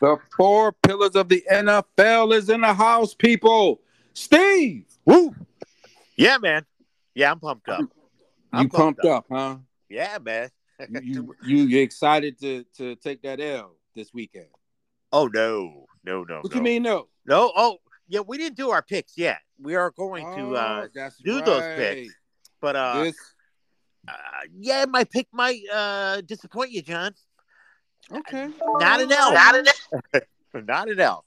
The four pillars of the NFL is in the house, people. Steve, Woo! Yeah, man. Yeah, I'm pumped up. I'm you pumped up, huh? Yeah, man. You, you you you excited to to take that L this weekend? Oh no, no, no. What no. you mean no? No. Oh, yeah. We didn't do our picks yet. We are going to, uh, Oh, that's do those picks. but uh, This- uh, yeah, my pick might uh disappoint you, John. okay, Not Oh. an L. Not an L. Not an L.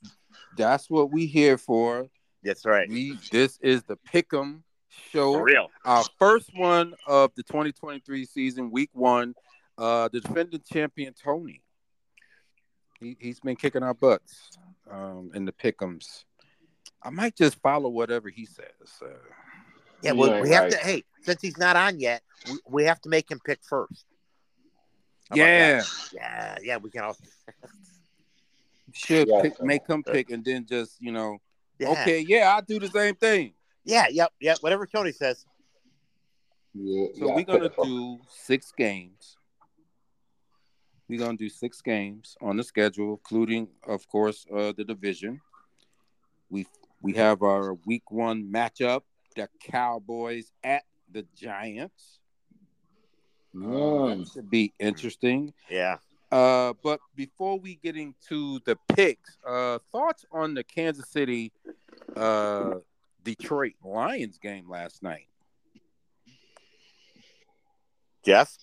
that's what we here for. That's right. We this is the Pick'em show. For real. Our Uh, first one of the 2023 season, week one. Uh, the defending champion Tony. He he's been kicking our butts um, in the Pick'ems. I might just follow whatever he says. Uh, Yeah. Well, Yeah, we have right. to. Hey, since he's not on yet, we, we have to make him pick first. How about yeah, that? Yeah. Yeah. We can all. should Yeah. pick, make him pick and then just you know, Yeah. okay, yeah, I do the same thing. Yeah. Yep. Yep. Whatever Tony says. Yeah, So yeah, we're gonna pick 'em. do six games. We're gonna do six games on the schedule, including, of course, uh, the division. We we have our week one matchup: the Cowboys at the Giants. Uh, that Mm. should be interesting. Yeah. Uh, but before we get into the picks, uh, thoughts on the Kansas City, uh, Detroit Lions game last night? Jeff.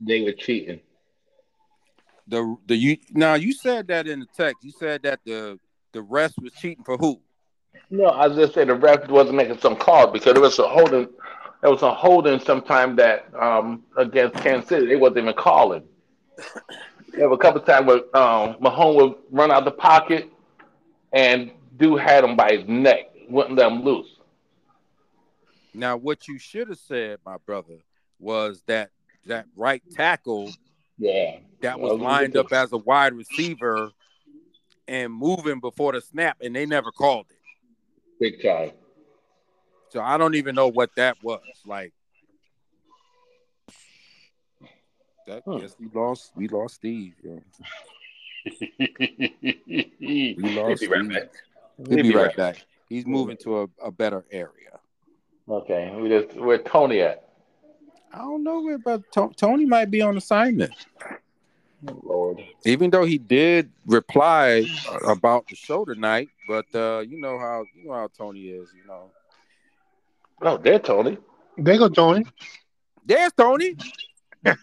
They were cheating. the the you now you said that in the text. You said that the the rest was cheating for who? No, I was just saying the ref wasn't making some call because there was a holding. There was a holding sometime that um, against Kansas City they wasn't even calling. There were a couple times where um, Mahomes would run out the pocket, and dude had him by his neck, wouldn't let him loose. Now what you should have said, my brother, was that that right tackle Yeah, that was lined up as a wide receiver and moving before the snap, and they never called it. big time. So I don't even know what that was. Like that Hmm. guess we lost we lost Steve. yo. we We lost be right Steve. back. He'll be right back. He's moving to a, a better area. Okay, we just where Tony at? I don't know where, but To- Tony might be on assignment. Oh, Lord, Even though he did reply about the show tonight, but uh, you know how you know how Tony is. You know, oh, there, Tony. They go, Tony. there's Tony. Where,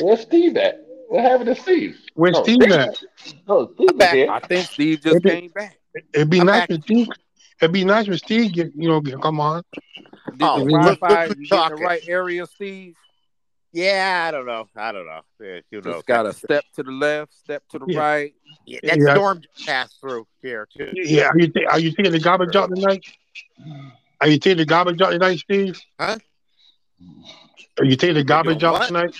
where's Steve at? What happened to Steve? Where's Oh, Steve there. at? Oh, Steve is back. here. I think Steve just Maybe- came back. It'd be I'm nice back. if Steve. It'd be nice if Steve get you know get- come on. Did Oh, the we- Wi-Fi we're- we're you get in the talking. right area, Steve? Yeah. I don't know. I don't know. Yeah, who knows? Just got to step to the left, step to the Yeah. right. Yeah, that Yeah. storm passed through here too. Yeah, are you ta- are you taking the garbage out tonight? Are you taking the garbage out tonight, Steve? Huh? Are you taking the garbage doing out what? tonight?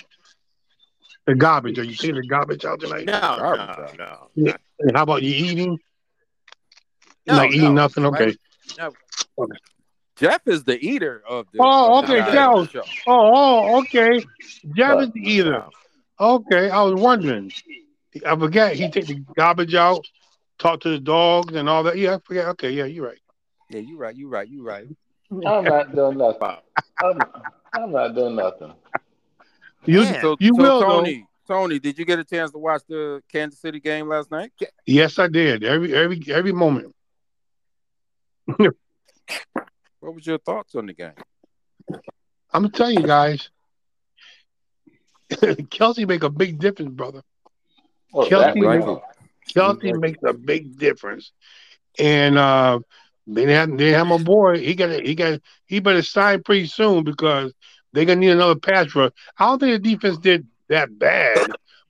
The garbage. Are you taking the garbage out tonight? No, no, Garbage. no, Yeah. And how about you eating? No, like no. eating nothing. Okay. Jeff is the eater of the. Oh, of the okay, Chicago show. Oh, oh, okay. Jab What? is the eater. Okay, I was wondering. I forget. He take the garbage out, talk to the dogs and all that. Yeah, I forget. Okay, yeah, you're right. Yeah, you right. You right. You right. I'm not doing nothing. I'm, I'm not doing nothing. You, Yeah. So, You so will, though. Tony. Tony, did you get a chance to watch the Kansas City game last night? Yes, I did. Every every every moment. What was your thoughts on the game? I'm telling you guys, Kelsey make a big difference, brother. Oh, Kelsey that we Right. know. Kelsey makes a big difference, and uh, they have they have my boy. He got he got he better sign pretty soon because they're gonna need another pass rush. I don't think the defense did that bad,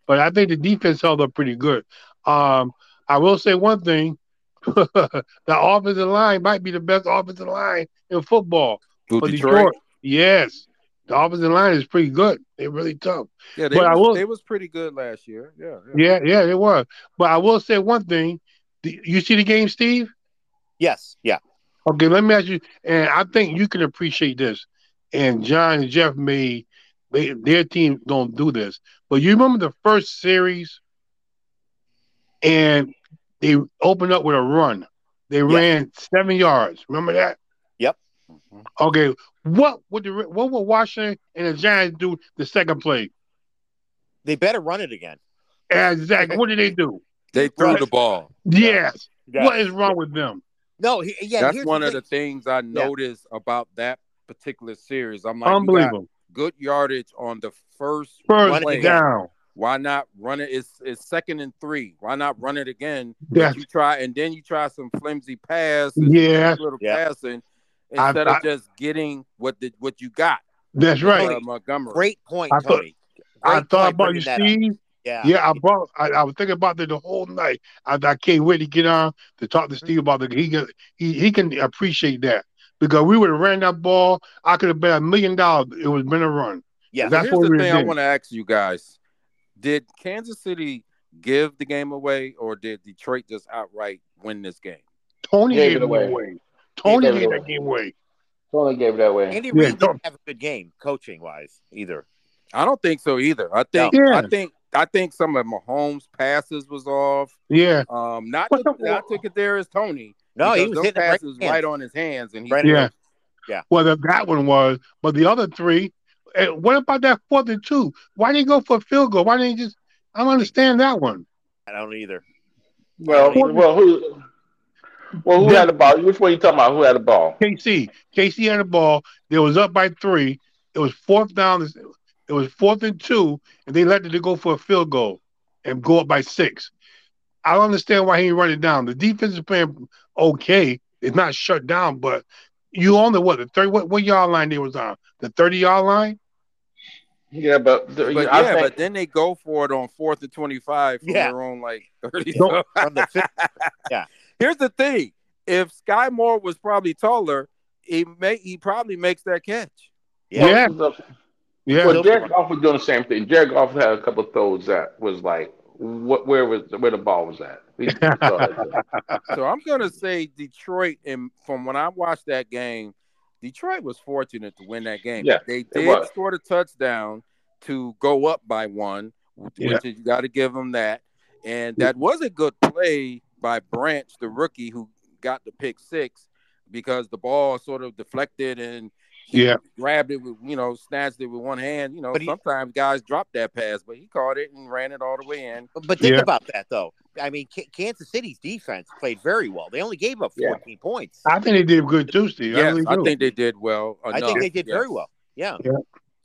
but I think the defense held up pretty good. Um, I will say one thing: the offensive line might be the best offensive line in football. Who, for Detroit. Yes. The offensive line is pretty good. They're really tough. Yeah, they, But I was, will- they was pretty good last year. Yeah, Yeah, yeah, they were. But I will say one thing. Do You see the game, Steve? Yes, yeah. Okay, let me ask you, and I think you can appreciate this. And John and Jeff made they, their team gonna do this. But you remember the first series and they opened up with a run. They ran seven yards. Remember that? Yep. Okay. What would the what would Washington and the Giants do the second play? They better run it again. Exactly. What did they do? They threw the ball. Yes. What is wrong with them? No, he, yeah, That's here's one the of the thing. things I noticed about that particular series. I'm like, you got Unbelievable. good yardage on the first First play. down. Why not run it? It's, it's second and three. Why not run it again? That's You try and then you try some flimsy pass, and yeah. little Yeah. passing I- instead I- of just getting what the, what you got. That's Uh, right. Montgomery. Great point, I thought- Tony. I Great point thought about you, bringing that up. Steve. Yeah. Yeah, I brought. I, I was thinking about that the whole night. I, I can't wait to get on to talk to Steve about the. He can he, he can appreciate that because we would have ran that ball. I could have bet a million dollars it was been a run. Yeah. That's Here's what the we thing I did. want to ask you guys: Did Kansas City give the game away, or did Detroit just outright win this game? Tony Gave gave it it away. away. Tony Gave it gave away. that game away. Tony gave it that way. Andy Yeah, Reid don't- didn't have a good game coaching wise either. I don't think so either. I think No. I think I think some of Mahomes' passes was off. Yeah, Um, not What to, the- not to Kadarius Tony. No, he because was those hitting the passes right, right right on his hands, and he Right- yeah, Yeah. Well, that, that one was, but the other three. And what about that fourth and two? Why didn't he go for a field goal? Why didn't he just? I don't understand that one. I don't either. Well, What- well, who? Well, who had the ball? Which one you talking about? Who had the ball? KC. KC had the ball. They was up by three. It was fourth down. It was fourth and two, and they let it go for a field goal and go up by six. I don't understand why he ain't running down. The defense is playing okay. It's not shut down, but you on the what the thirty what, what yard line they was on? The thirty yard line? Yeah, but, But I yeah, think, but then they go for it on fourth and twenty-five from Yeah. their own like thirty. Don't- From the fifth, Here's the thing: if Sky Moore was probably taller, he may he probably makes that catch. yeah. Yeah. Well, Yeah. Well, Jared Goff was doing the same thing. Jared Goff had a couple of throws that was like, what? Where was where the ball was at? He- he saw it. So I'm gonna say Detroit, and from when I watched that game, Detroit was fortunate to win that game. Yeah, they did was. score the touchdown to go up by one, which Yeah. is, you got to give them that. And that was a good play by Branch, the rookie who got the pick six, because the ball sort of deflected and he Yeah. grabbed it with you know snatched it with one hand. You know But he- sometimes guys drop that pass, but he caught it and ran it all the way in. But think Yeah. about that though. I mean, K- Kansas City's defense played very well. They only gave up Yeah. 14 points. I think they did good too, Steve. I Yes, really I do. think they did well. I enough. think they did very Yes. well. Yeah.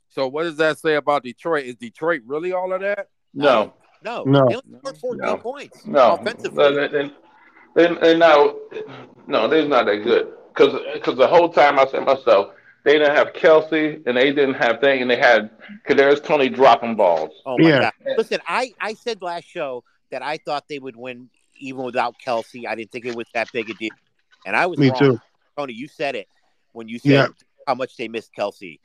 So what does that say about Detroit? Is Detroit really all of that? No, No. No. They only scored 14 No. points. no. Offensively. No, they- they- they- they now, no, they're not that good. Because the whole time I said to myself, they didn't have Kelsey and they didn't have thing, and they had Kadarius Tony dropping balls. Oh my Yeah. god! Listen, I I said last show that I thought they would win even without Kelsey. I didn't think it was that big a deal, and I was Me wrong. too. Tony, you said it when you said Yeah. how much they missed Kelsey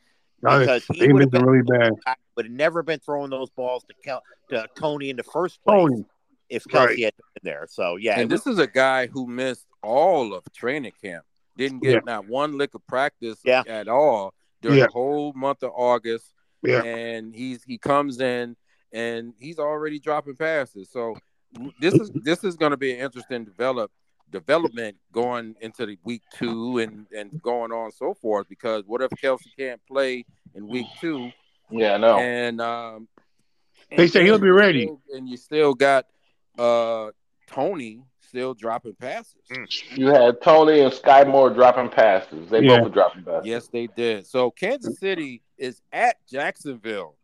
I, because he they would missed have them been really bad. would have never been throwing those balls to Kel- to Tony in the first place Tony. if right. Kelsey had been there. So yeah, and it was- this is a guy who missed all of training camp. Didn't get Yeah. not one lick of practice Yeah. at all during Yeah. the whole month of August. Yeah. And he's he comes in and he's already dropping passes. So this is this is gonna be an interesting develop development going into the week two and, and going on so forth because what if Kelsey can't play in week two Yeah, no. and um, Oh. They say he'll be ready. And you still got uh, Tony still dropping passes. You had Tony and Sky Moore dropping passes. They Yeah. both were dropping passes. Yes, they did. So Kansas City is at Jacksonville.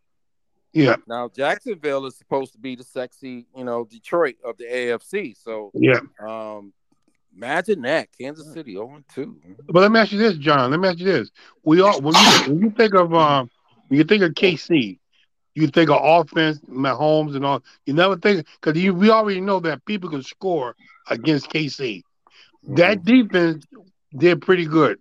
Yeah. Now Jacksonville is supposed to be the sexy, you know, Detroit of the AFC. So Yeah. um, imagine that Hmm. Kansas City 0 2. But let me ask you this, John. Let me ask you this. We all when you, when you think of um, when you think of KC, you think of offense, Mahomes, and all. You never think because you we already know that people can score against KC. That Mm-hmm. defense did pretty good.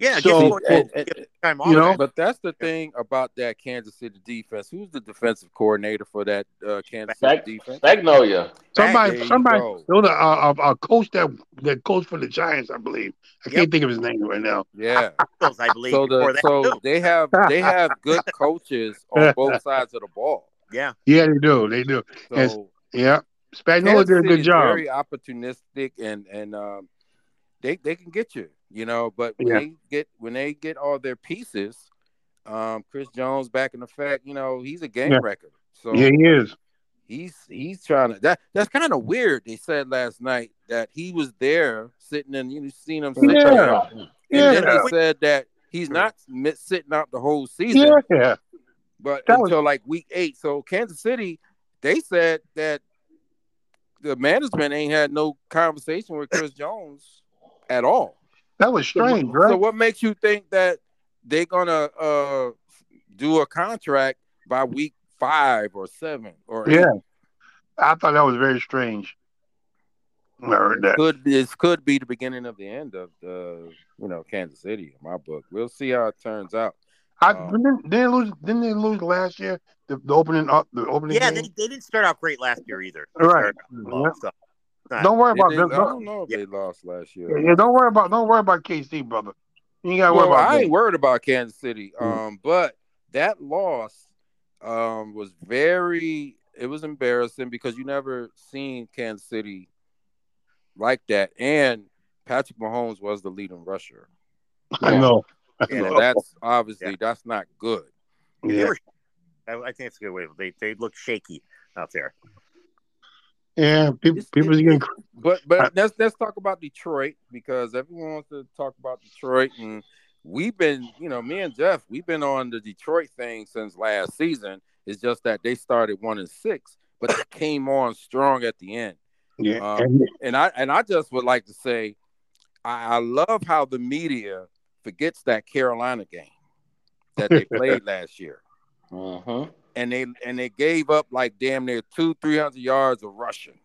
yeah, give so- him more time- give him time off. You know, But that's the thing about that Kansas City defense. Who's the defensive coordinator for that uh, Kansas City Back, defense? Magnolia. There somebody, you somebody, go. there was uh, a, a, a coach that that coached for the Giants, I believe. I can't think of his name right now. Yeah. Bills, I believe so the, before that so too. they have they have good coaches on both sides of the ball. Yeah, Yeah, they do. They do. So Yes. Yeah, Spagnuolo did a Kansas City good is job. Very opportunistic, and and um, they they can get you, you know. But when Yeah. they get when they get all their pieces, um, Chris Jones back in effect, you know, he's a game Yeah. wrecker. So Yeah, he is. he's he's trying to that that's kind of weird. They said last night that he was there sitting and you seen him sitting Yeah. there. And Yeah, then they said that he's not mi- sitting out the whole season, yeah, yeah. but That was- until like week eight. So Kansas City, they said that the management ain't had no conversation with Chris Jones at all. That was strange, right? So what makes you think that they're gonna uh, do a contract by week five or seven or Yeah, I thought that was very strange. when I heard that. could this could be the beginning of the end of the you know Kansas City in my book. We'll see how it turns out. I Uh, didn't, they lose. Didn't they lose last year? The, the opening up, the opening. Yeah, they, game? they didn't start out great last year either. Right. They started out low, so. Don't worry Did about they- them. I Don't, don't know if they lost last year. yeah, don't worry about. Don't worry about KC, brother. You ain't gotta well, worry about. I them. ain't worried about Kansas City. Mm. Um, but that loss um was very it was embarrassing because you never seen Kansas City like that. And Patrick Mahomes was the leading rusher. I know. So Yeah. that's obviously Yeah. that's not good. They Yeah. were- I, I think it's a good way. They they looked shaky out there. Yeah. People, It's- people's it- getting. But but I- let's let's talk about Detroit because everyone wants to talk about Detroit and we've been you know me and Jeff we've been on the Detroit thing since last season. It's just that they started one and six, but they came on strong at the end. Yeah. Um, and- And I and I just would like to say I, I love how the media forgets that Carolina game that they played last year, Mm-hmm. and they and they gave up like damn near two three hundred yards of rushing.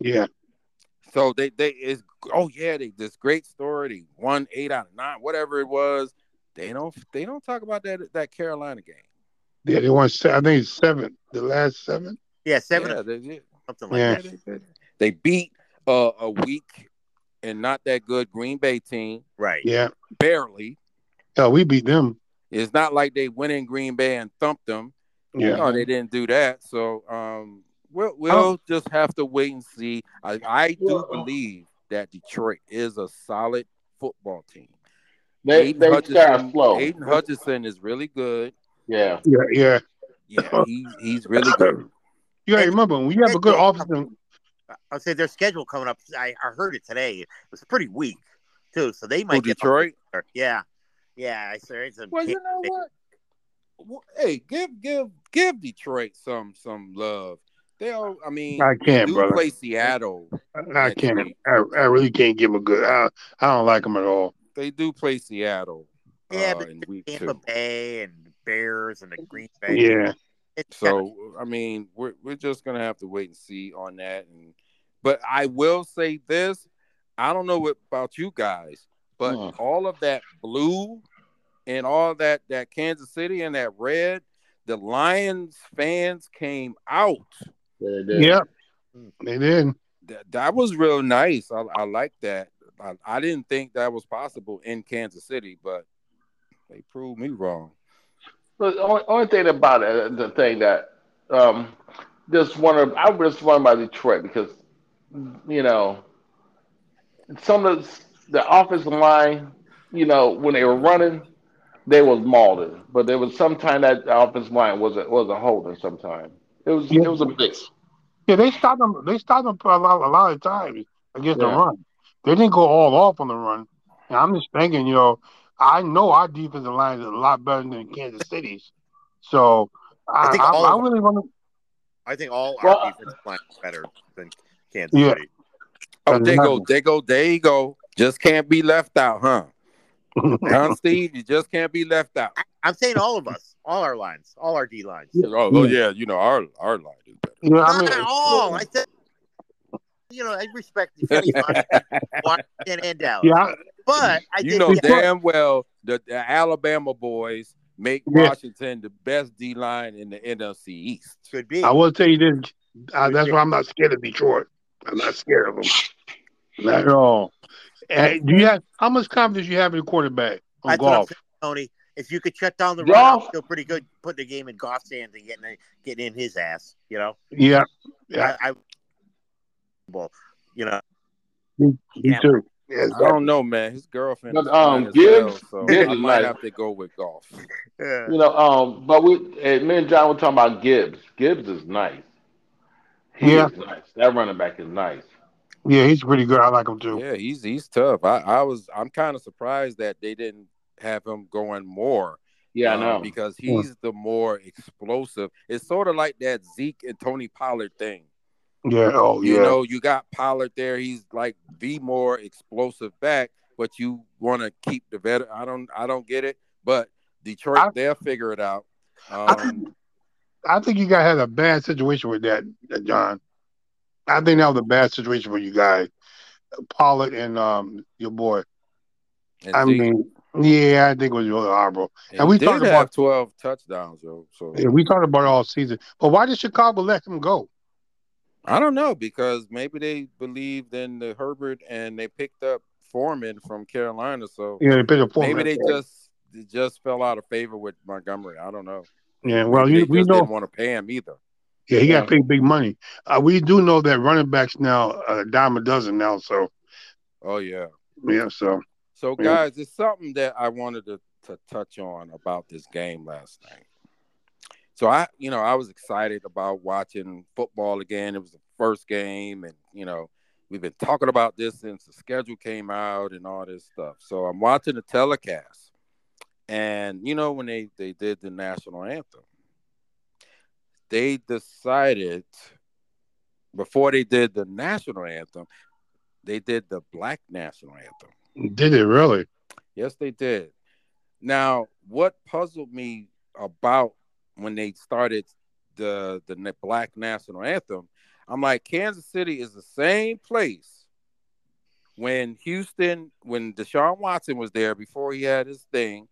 yeah. So they they is oh yeah, they this great story. They won eight out of nine, whatever it was. They don't they don't talk about that that Carolina game. Yeah. They won. se- I think it's seven. The last seven. Yeah, seven Yeah, or they, did. something like Yeah. that. Yeah, they did. They beat uh, a weak and not that good Green Bay team Right. Yeah. barely. Yeah. We beat them. It's not like they went in Green Bay and thumped them. Yeah. No, they didn't do that. So um, we'll we'll Oh. just have to wait and see. I, I do Well- believe that Detroit is a solid football team. They Aiden they start Hutchinson, slow. Aiden Hutchinson is really good. Yeah. Yeah. Yeah. Yeah, he, he's really good. You gotta remember when you have a good offensive. I would say their schedule coming up. I, I heard it today. It was pretty weak too, so they might Who, get Oh, Detroit? Yeah, yeah. I swear it's a Well, you know what? Well, Hey, give give give Detroit some some love. They all, I mean, I can't, do brother. play Seattle. I can't. I, I really can't give a good. I, I don't like him at all. They do play Seattle. Yeah, uh, but in week Tampa two. Bay and Bears and the Green Bay. Yeah. It's kinda- So I mean, we're we're just gonna have to wait and see on that. And but I will say this: I don't know what, about you guys, but Mm. all of that blue and all that that Kansas City and that red, the Lions fans came out. They did. Yep. They did. That, that was real nice. I, I like that. I, I didn't think that was possible in Kansas City, but they proved me wrong. But the only, only thing about it, uh, the thing that um, just wonder, I was just wondering about Detroit because you know some of the, the offensive line, you know, when they were running, they was mauled, but there was sometime that the offensive line was a, was a holding. Sometime it was Yeah. it was a mix. Yeah, they stopped them. They stopped them for a lot, a lot of times against the Yeah. run. They didn't go all off on the run. And I'm just thinking, you know, I know our defensive line is a lot better than Kansas City's, so I I, I, think all I of really want to. I think all Well, our defensive line is better than Kansas Yeah. City. Oh, Doesn't they go, matter. they go, there you go. Just can't be left out, huh? Don Steve, you just can't be left out. I, I'm saying all of us, all our lines, all our D lines. Oh, oh yeah, you know our our line is better. You know, I Not mean, at all. I said, you know, I respect the Philly fans, Washington and Dallas, yeah, I- but I you think know that- damn well the, the Alabama boys make Yeah. Washington the best D line in the NFC East. could be. I will tell you this. I, that's why I'm not scared of Detroit. I'm not scared of them. Not at all. And do you have how much confidence you have in the quarterback on That's what I'm golf? Tony, if you could shut down the Goff- run, I feel pretty good putting the game in Goff's hands and getting getting in his ass. You know, Yeah. Yeah. I, I ball. You know, Me, me Yeah. too. Yeah, I don't know, man. His girlfriend. But, is fine um, as well, Gibbs- so Gibbs I is might nice. have to go with golf. uh, You know, um, but we, and me and John were talking about Gibbs. Gibbs is nice. He Yeah. is nice. That running back is nice. yeah, he's pretty good. I like him too. Yeah, he's he's tough. I, I was I'm kind of surprised that they didn't have him going more. Yeah, um, I know. because he's the more explosive. It's sort of like that Zeke and Tony Pollard thing. Yeah, oh You yeah. know, you got Pollard there. He's like the more explosive back, but you want to keep the veteran. I don't, I don't get it. But Detroit, I- they'll figure it out. I Um, I think you guys had a bad situation with that, uh, John. I think that was a bad situation for you guys, Pollard and um your boy. and I Zeke- mean, yeah, I think it was really horrible. and we we did talked have about- twelve touchdowns, yo. So Yeah, we talked about it all season, but why did Chicago let him go? I don't know because maybe they believed in the Herbert and they picked up Foreman from Carolina. So You know, they paid a four maybe they minute- just they just fell out of favor with Montgomery. I don't know. yeah. Well, Maybe you, they we just know didn't want to pay him either. Yeah, he got paid big money. Uh, we do know that running backs now a dime a dozen now. So Oh yeah. yeah, so So Yeah. guys, it's something that I wanted to, to touch on about this game last night. So I, you know, I was excited about watching football again. It was the first game, and you know, we've been talking about this since the schedule came out and all this stuff. So I'm watching the telecast, and you know, when they they did the national anthem, they decided before they did the national anthem, they did the black national anthem. did it really? Yes, they did. Now, what puzzled me about when they started the the na- Black National Anthem, I'm like, Kansas City is the same place when Houston, when Deshaun Watson was there before he had his thing.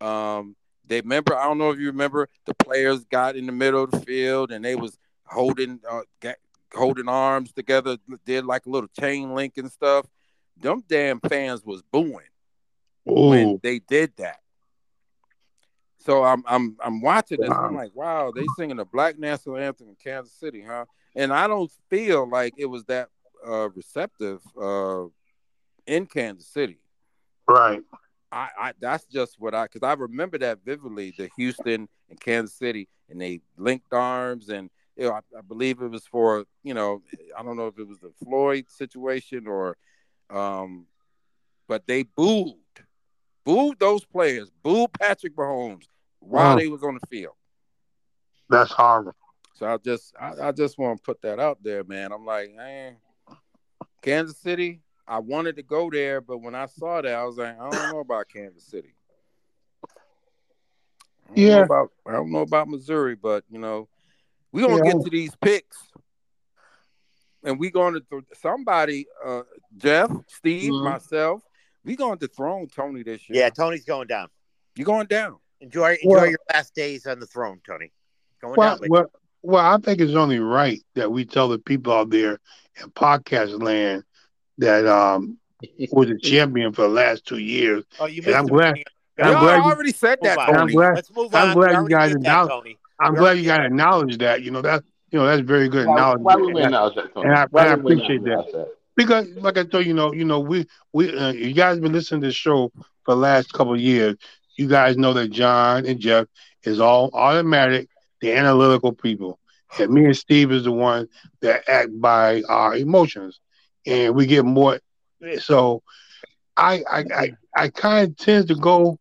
Um, they remember, I don't know if you remember, the players got in the middle of the field and they was holding uh, got, holding arms together, did like a little chain link and stuff. Them damn fans was booing when Oh, they did that. So I'm I'm I'm watching this. I'm Wow. like, wow, they singing the black national anthem in Kansas City, huh? And I don't feel like it was that uh, receptive uh, in Kansas City. right. I, I that's just what I because I remember that vividly, the Houston and Kansas City, and they linked arms, and you know, I, I believe it was for you know, I don't know if it was the Floyd situation or, um, but they booed, booed those players, booed Patrick Mahomes while Wow. they was on the field. That's horrible. So I just I, I just want to put that out there, man. I'm like, man, Kansas City. I wanted to go there, but when I saw that, I was like, I don't know about Kansas City. I don't know Yeah. about I don't know about Missouri, but you know, we gonna Yeah. get to these picks, and we gonna th- somebody, uh, Jeff, Steve, Mhm. myself, we gonna dethrone Tony this year. yeah, Tony's going down. you going down. Enjoy, enjoy Well- your last days on the throne, Tony. Going Well, down. baby. well, well, I think it's only right that we tell the people out there in podcast land that um was a champion for the last two years. oh, you and missed I'm the glad- beginning. I'm Y'all glad you- already said that, Move on. And I'm Tony. glad Let's move I'm on. glad we you already guys did that, acknowledge- Tony. I'm We're glad already you got to in. acknowledge that. You know that you know that's very good Why, knowledge. why we win And I- now, Jack? Tony? and I- Why and I we win appreciate now, Jack? Because, like I told you, you know, you know, we we uh, you guys been listening to the show for the last couple of years. You guys know that John and Jeff is all automatic, the analytical people, and me and Steve is the one that act by our emotions, and we get more. So, I I I, I kind of tend to go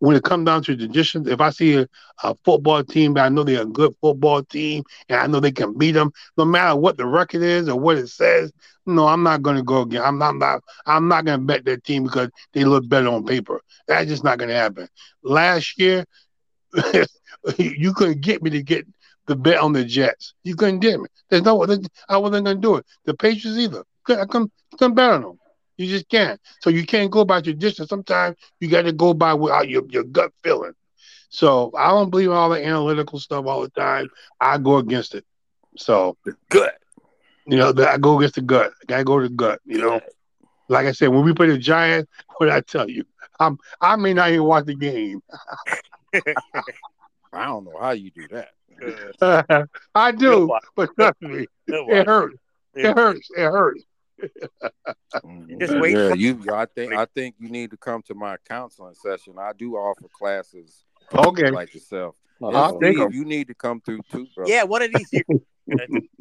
when it comes down to traditions. If I see a, a football team that I know they're a good football team and I know they can beat them, no matter what the record is or what it says, no, I'm not going to go again. I'm not, I'm not. I'm not going to bet their team because they look better on paper. That's just not going to happen. Last year, you couldn't get me to get the bet on the Jets. You couldn't get me. There's no. I wasn't going to do it. The Patriots either. Couldn't- I couldn't, couldn't bet on them. You just can't. So you can't go by tradition. Sometimes you got to go by without your, your gut feeling. So I don't believe all the analytical stuff all the time. I go against it. So Good. you know, I go against the gut. I gotta go to the gut. You know, like I said, when we play the Giants, what did I tell you, I'm I may not even watch the game. I don't know how you do that. Uh, I You'll do, watch. but trust me, You'll it watch. hurts. It hurts. It hurts. Just wait Yeah, for- you. I think I think you need to come to my counseling session. I do offer classes Okay. like yourself. I'll take 'em. You need to come through too, bro. Yeah, one of these years.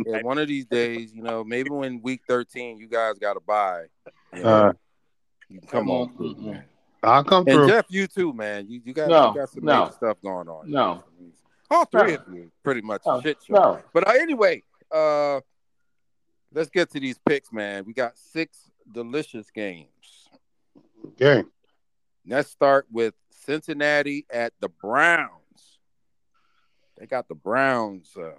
Yeah, one of these days, you know, maybe when week thirteen, you guys got to buy. You, know, Uh, you can come on, through, Mm-mm. man. I'll come And through. Jeff, you too, man. You you got No, you got some no. major stuff going on. No. all three No. of you, pretty much No, shit show. No. But uh, anyway, uh, let's get to these picks, man. We got six delicious games. okay. Let's start with Cincinnati at the Browns. They got the Browns uh,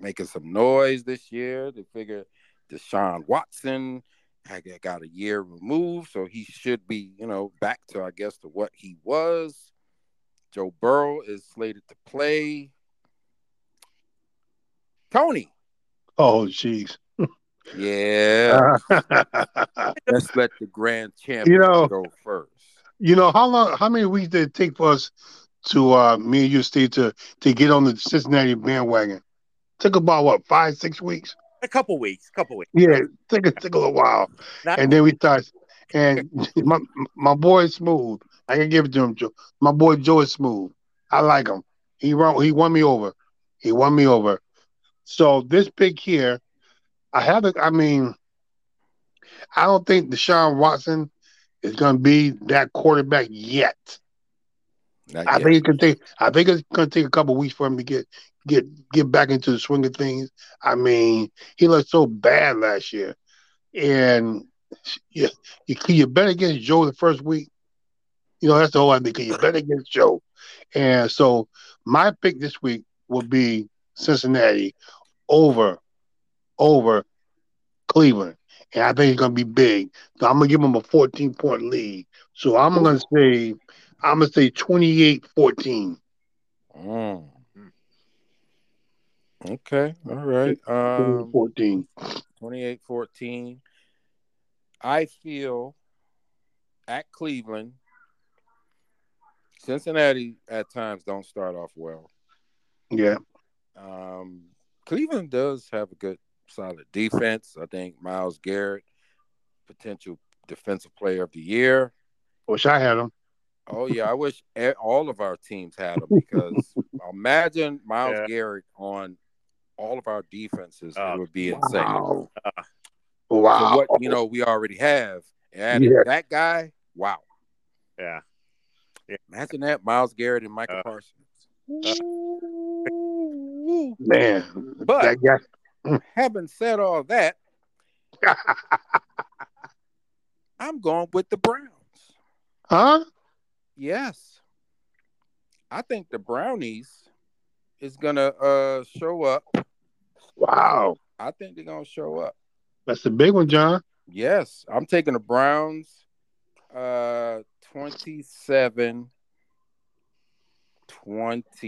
making some noise this year. They figure Deshaun Watson had- had got a year removed, so he should be, you know, back to I guess to what he was. Joe Burrow is slated to play. Tony, Oh, jeez. yeah, Uh-huh. let's let the grand champion know- go first. you know how long? How many weeks did it take for us to uh, me and you, Steve, to to get on the Cincinnati bandwagon? Took about what five, six weeks. A couple weeks. Couple weeks. Yeah, it took it took a little while, Not- and then we thought, and my my boy is smooth. I can give it to him. Joe. My boy Joe is smooth. I like him. He won. He won me over. He won me over. So this pick here, I have. A, I mean, I don't think Deshaun Watson is going to be that quarterback yet. Not I yet. think it could take. I think it's going to take a couple weeks for him to get get get back into the swing of things. I mean, he looked so bad last year, and you you, you bet against Joe the first week. You know that's the whole idea. 'cause You bet against Joe, and so my pick this week will be Cincinnati over over Cleveland, and I think it's going to be big. So I'm going to give them a 14 point lead. So I'm going Oh. to say. I'm gonna say 28-14. Mm. Okay. All right. Um, 14. 28 14. I feel at Cleveland, Cincinnati at times don't start off well. Yeah. Um, Cleveland does have a good, solid defense. I think Miles Garrett, potential defensive player of the year. Wish I had him. Oh yeah, I wish e- all of our teams had him because imagine Miles Yeah. Garrett on all of our defenses Oh, it would be insane. Wow. So Wow. what you know we already have and Yeah. that guy, wow. Yeah. Imagine that Miles Garrett and Michael Uh, Parsons. Man. But- that Having said all that, guy. I'm going with the Browns. huh? Yes. I think the Brownies is going to uh show up. Wow. I think they're going to show up. That's the big one, John. Yes, I'm taking the Browns uh 27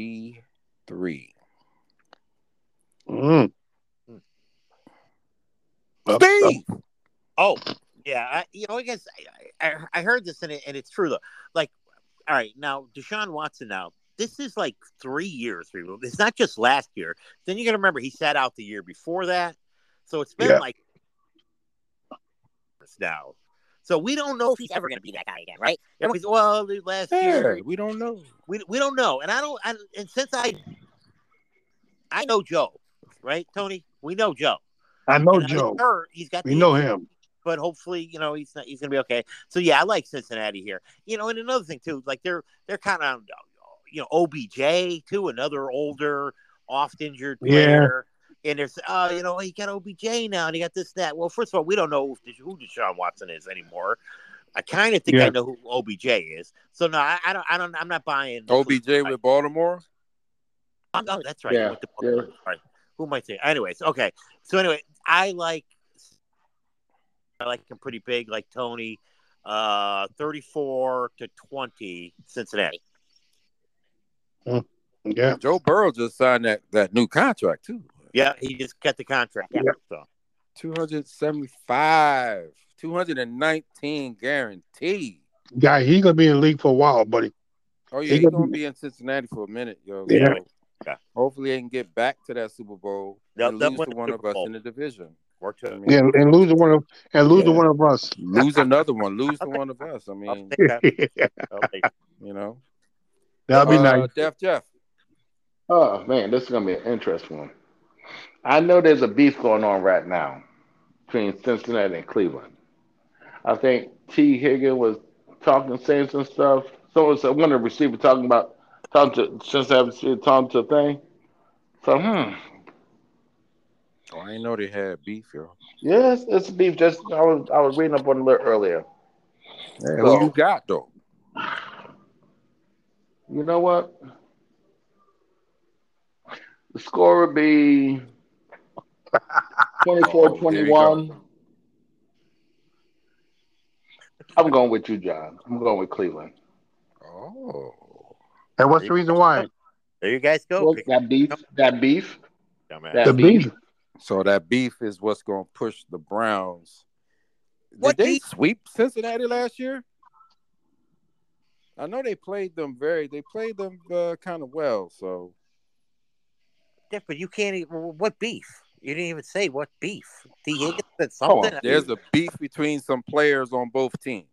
23. Mm. Up, Steve! Oh, yeah. I, you know, I guess I, I, I heard this and, it, and it's true though. Like, all right, now Deshaun Watson. Now this is like three years removed. It's not just last year. Then you got to remember he sat out the year before that, so it's been Yeah. like now. So we don't know if he's ever going to be that guy again, right? Everybody's, well, the last year Yeah, we don't know. we, we don't know, and I don't. I, and since I I know Joe, right, Tony? We know Joe. I know And I Joe. heard he's got We the know him. but hopefully, you know, he's not, he's gonna be okay. So yeah, I like Cincinnati here. You know, and another thing too, like they're they're kind of you know OBJ too, another older, oft injured Yeah. player. And there's uh, you know, he got OBJ now, and he got this that. Well, first of all, we don't know who Desha- who Deshaun Watson is anymore. I kind of think Yeah. I know who OBJ is. So no, I, I don't, I don't, I'm not buying OBJ with Baltimore. I'm- Oh, that's right. Yeah, With the- yeah. Sorry. Who am I saying? Anyways, okay. So anyway, I like I like him pretty big, like Tony, uh, thirty-four to twenty, Cincinnati. Yeah. Joe Burrow just signed that, that new contract too. Yeah, he just got the contract. Yeah. Yeah. So 275, 219 guarantee. Guy, he gonna be in the league for a while, buddy. Oh He yeah, he's gonna gonna be- be in Cincinnati for a minute, yo. Yeah. So Yeah. Hopefully, they can get back to that Super Bowl They'll- and they'll lose win to the one Super of us Bowl. in the division. Work I to mean, Yeah, and lose to one of and lose to Yeah. one of us. lose another one, lose to one of us. I I'll mean, take that. I'll take that. you know, That'll be uh, nice. Def Jeff, Oh man, this is gonna be an interesting one. I know there's a beef going on right now between Cincinnati and Cleveland. I think T. Higgins was talking Saints and stuff. So was one of the receivers talking about talking to Cincinnati receiver, talking to a thing. So hmm, oh, I didn't know they had beef, yo. yes, it's beef. Just I was I was reading up on it a little earlier. Hey, So- who you got though? You know what? The score would be 24 21. I'm going with you, John. I'm going with Cleveland. Oh, And what's the reason why? There you guys go. Well, Pick that beef, that beef, them out. that The beef. so that beef is what's going to push the Browns. Did What they beef? sweep Cincinnati last year? I know they played them very. They played them uh, kind of well. So Yeah, but you can't even. What beef? You didn't even say what beef. The Higgins said Oh, something. there's a beef between some players on both teams.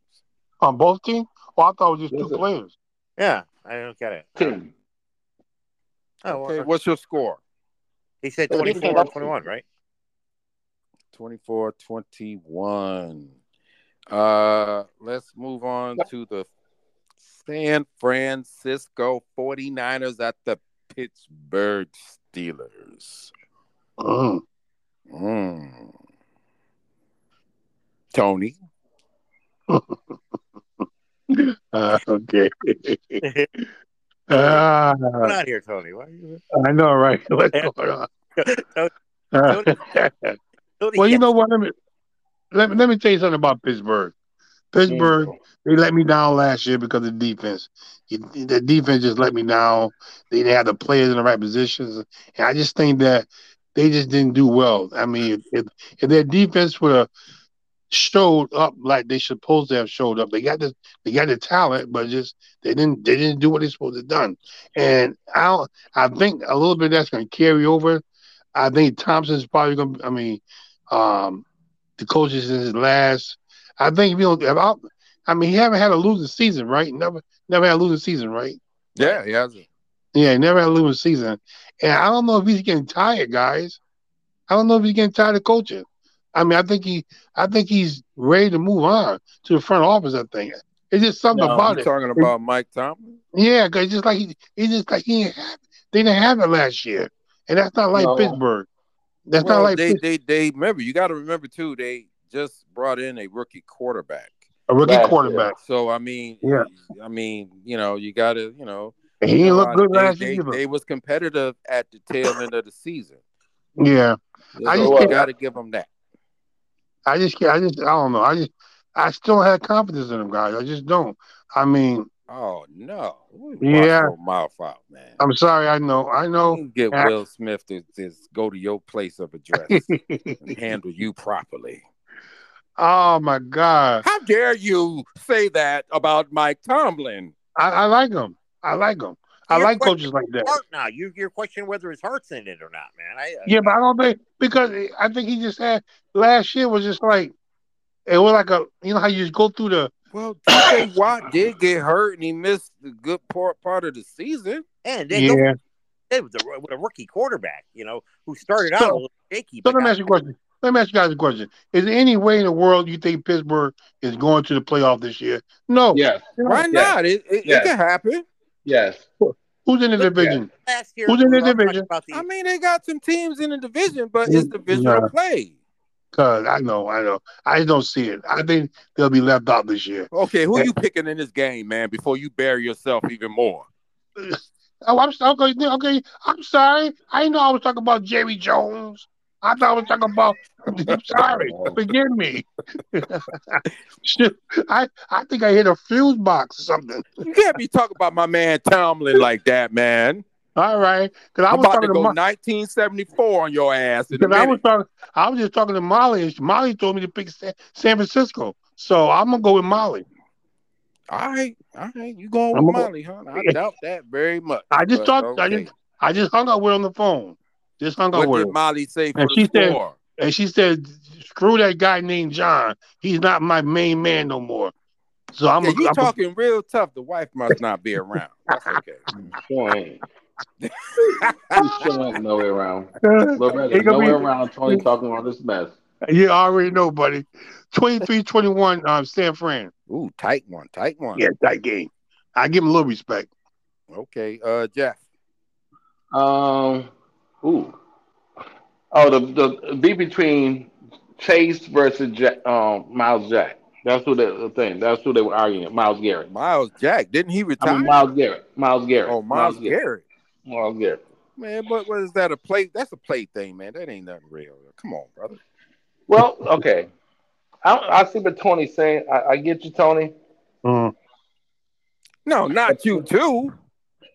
On both teams? Oh, I thought it was just two Listen. players. yeah, I don't get it. team. Oh, Okay, well, what's your score? he said Listen, 24 21, right? 24 21. Uh, let's move on to the San Francisco 49ers at the Pittsburgh Steelers. Mm. Mm. Tony, Uh, okay. Ah, Uh, Come out here, Tony. Why are you... I know, right? What's going on? Tony, Uh, Tony, well, you yeah. know what? Let me, let me let me tell you something about Pittsburgh. Pittsburgh, they let me down last year because of defense. You- The defense just let me down. They didn't have the players in the right positions, and I just think that they just didn't do well. I mean, if, if their defense would have showed up like they supposed to have showed up, they got the they got the talent, but just they didn't they didn't do what they supposed to done. And I don't- I think a little bit of that's going to carry over. I think Thompson's probably going. to I mean, um, the coach is in his last. I think if you don't. If I, I mean, he haven't had a losing season, right? Never, never had a losing season, right? yeah, he has it. Yeah, he never had a losing season. And I don't know if he's getting tired, guys. I don't know if he's getting tired of coaching. I mean, I think he, I think he's ready to move on to the front office. I think it's just something No, about You it. talking about Mike Tomlin? Yeah, because just like he, he just like he didn't have, they didn't have it last year, and that's not like No. Pittsburgh. That's well, not like they, Pittsburgh. they, they, remember, you got to remember too, they just brought in a rookie quarterback. a rookie Last year. quarterback. So, I mean, Yeah. I mean, you know, you got to, you know, And He You didn't know, look good they, last they, year either. they was competitive at the tail end of the season. yeah. I I so just you think- got to give them that. I just can't. I just. I don't know. I just. I still don't have confidence in them guys. I just don't. I mean, Oh no, We watch Yeah. your mouth out, man. I'm sorry. I know. I You know. can get Yeah. Will Smith to just go to your place of address and handle you properly. oh my God. How dare you say that about Mike Tomlin? I, I like them. I like them. I You're like quite- coaches like that. Hart now. You, you're questioning whether his heart's in it or not, man. I, uh, Yeah, but I don't think because I think he just had last year was just like it was like a you know how you just go through the Well, TJ Watt did get hurt and he missed the good part part of the season. and they go yeah. they with a, with a rookie quarterback, you know, who started out a So- little shaky. So but let me got- ask you a question. Let me ask you guys a question. Is there any way in the world you think Pittsburgh is going to the playoff this year? No. Yes, Why not? It it, Yes. it can happen. yes. Who's in the Look, division? last year, Who's in we the all talked division? About the, I mean, they got some teams in the division, but it's Mm, divisional nah. play. Cause I know, I know, I just don't see it. I think they'll be left out this year. Okay, who Yeah. you picking in this game, man? Before you bury yourself even more. Oh, I'm so- okay. Okay, I'm sorry. I didn't know I was talking about Jerry Jones. I thought I was talking about. I'm sorry. Forgive me. Shit, I I think I hit a fuse box or something. You can't be talking about my man Tomlin like that, man. All right, because I I'm was about to talking to go Mo- 1974 on your ass in a 'cause I was minute. talking. I was just talking to Molly, and Molly told me to pick San, San Francisco. So I'm gonna go with Molly. All right, all right, you going I'm with gonna- Molly, huh? I doubt that very much. I just but thought- I okay. just- I just hung up with her on the phone. Just hung up What with did her. Molly say for And the she said- score? and she said, "Screw that guy named John. He's not my main man no more." So I'm Yeah, a, you I'm a- talking real tough. The wife must not be around. That's okay. Sure ain't. You sure ain't no way around. Loretta, It could no way be- around Tony talking all this mess. you already know, buddy. 23-21, um, San Fran. Ooh, tight one, tight one. Yeah, that game. I give him a little respect. Okay, uh, Jeff. Um, ooh. Oh, the the be between Chase versus Jack, um, Miles Jack. That's who the, the thing. That's who they were arguing. Miles Garrett. Miles Jack, didn't he I retire? mean Miles Garrett. Miles Garrett. oh, Miles, Garrett. Miles Garrett. Man, but what is that? A play? That's a play thing, man. That ain't nothing real. Come on, brother. Well, okay. I, I see what Tony's saying. I, I get you, Tony. Mm. Mm-hmm. No, not you too.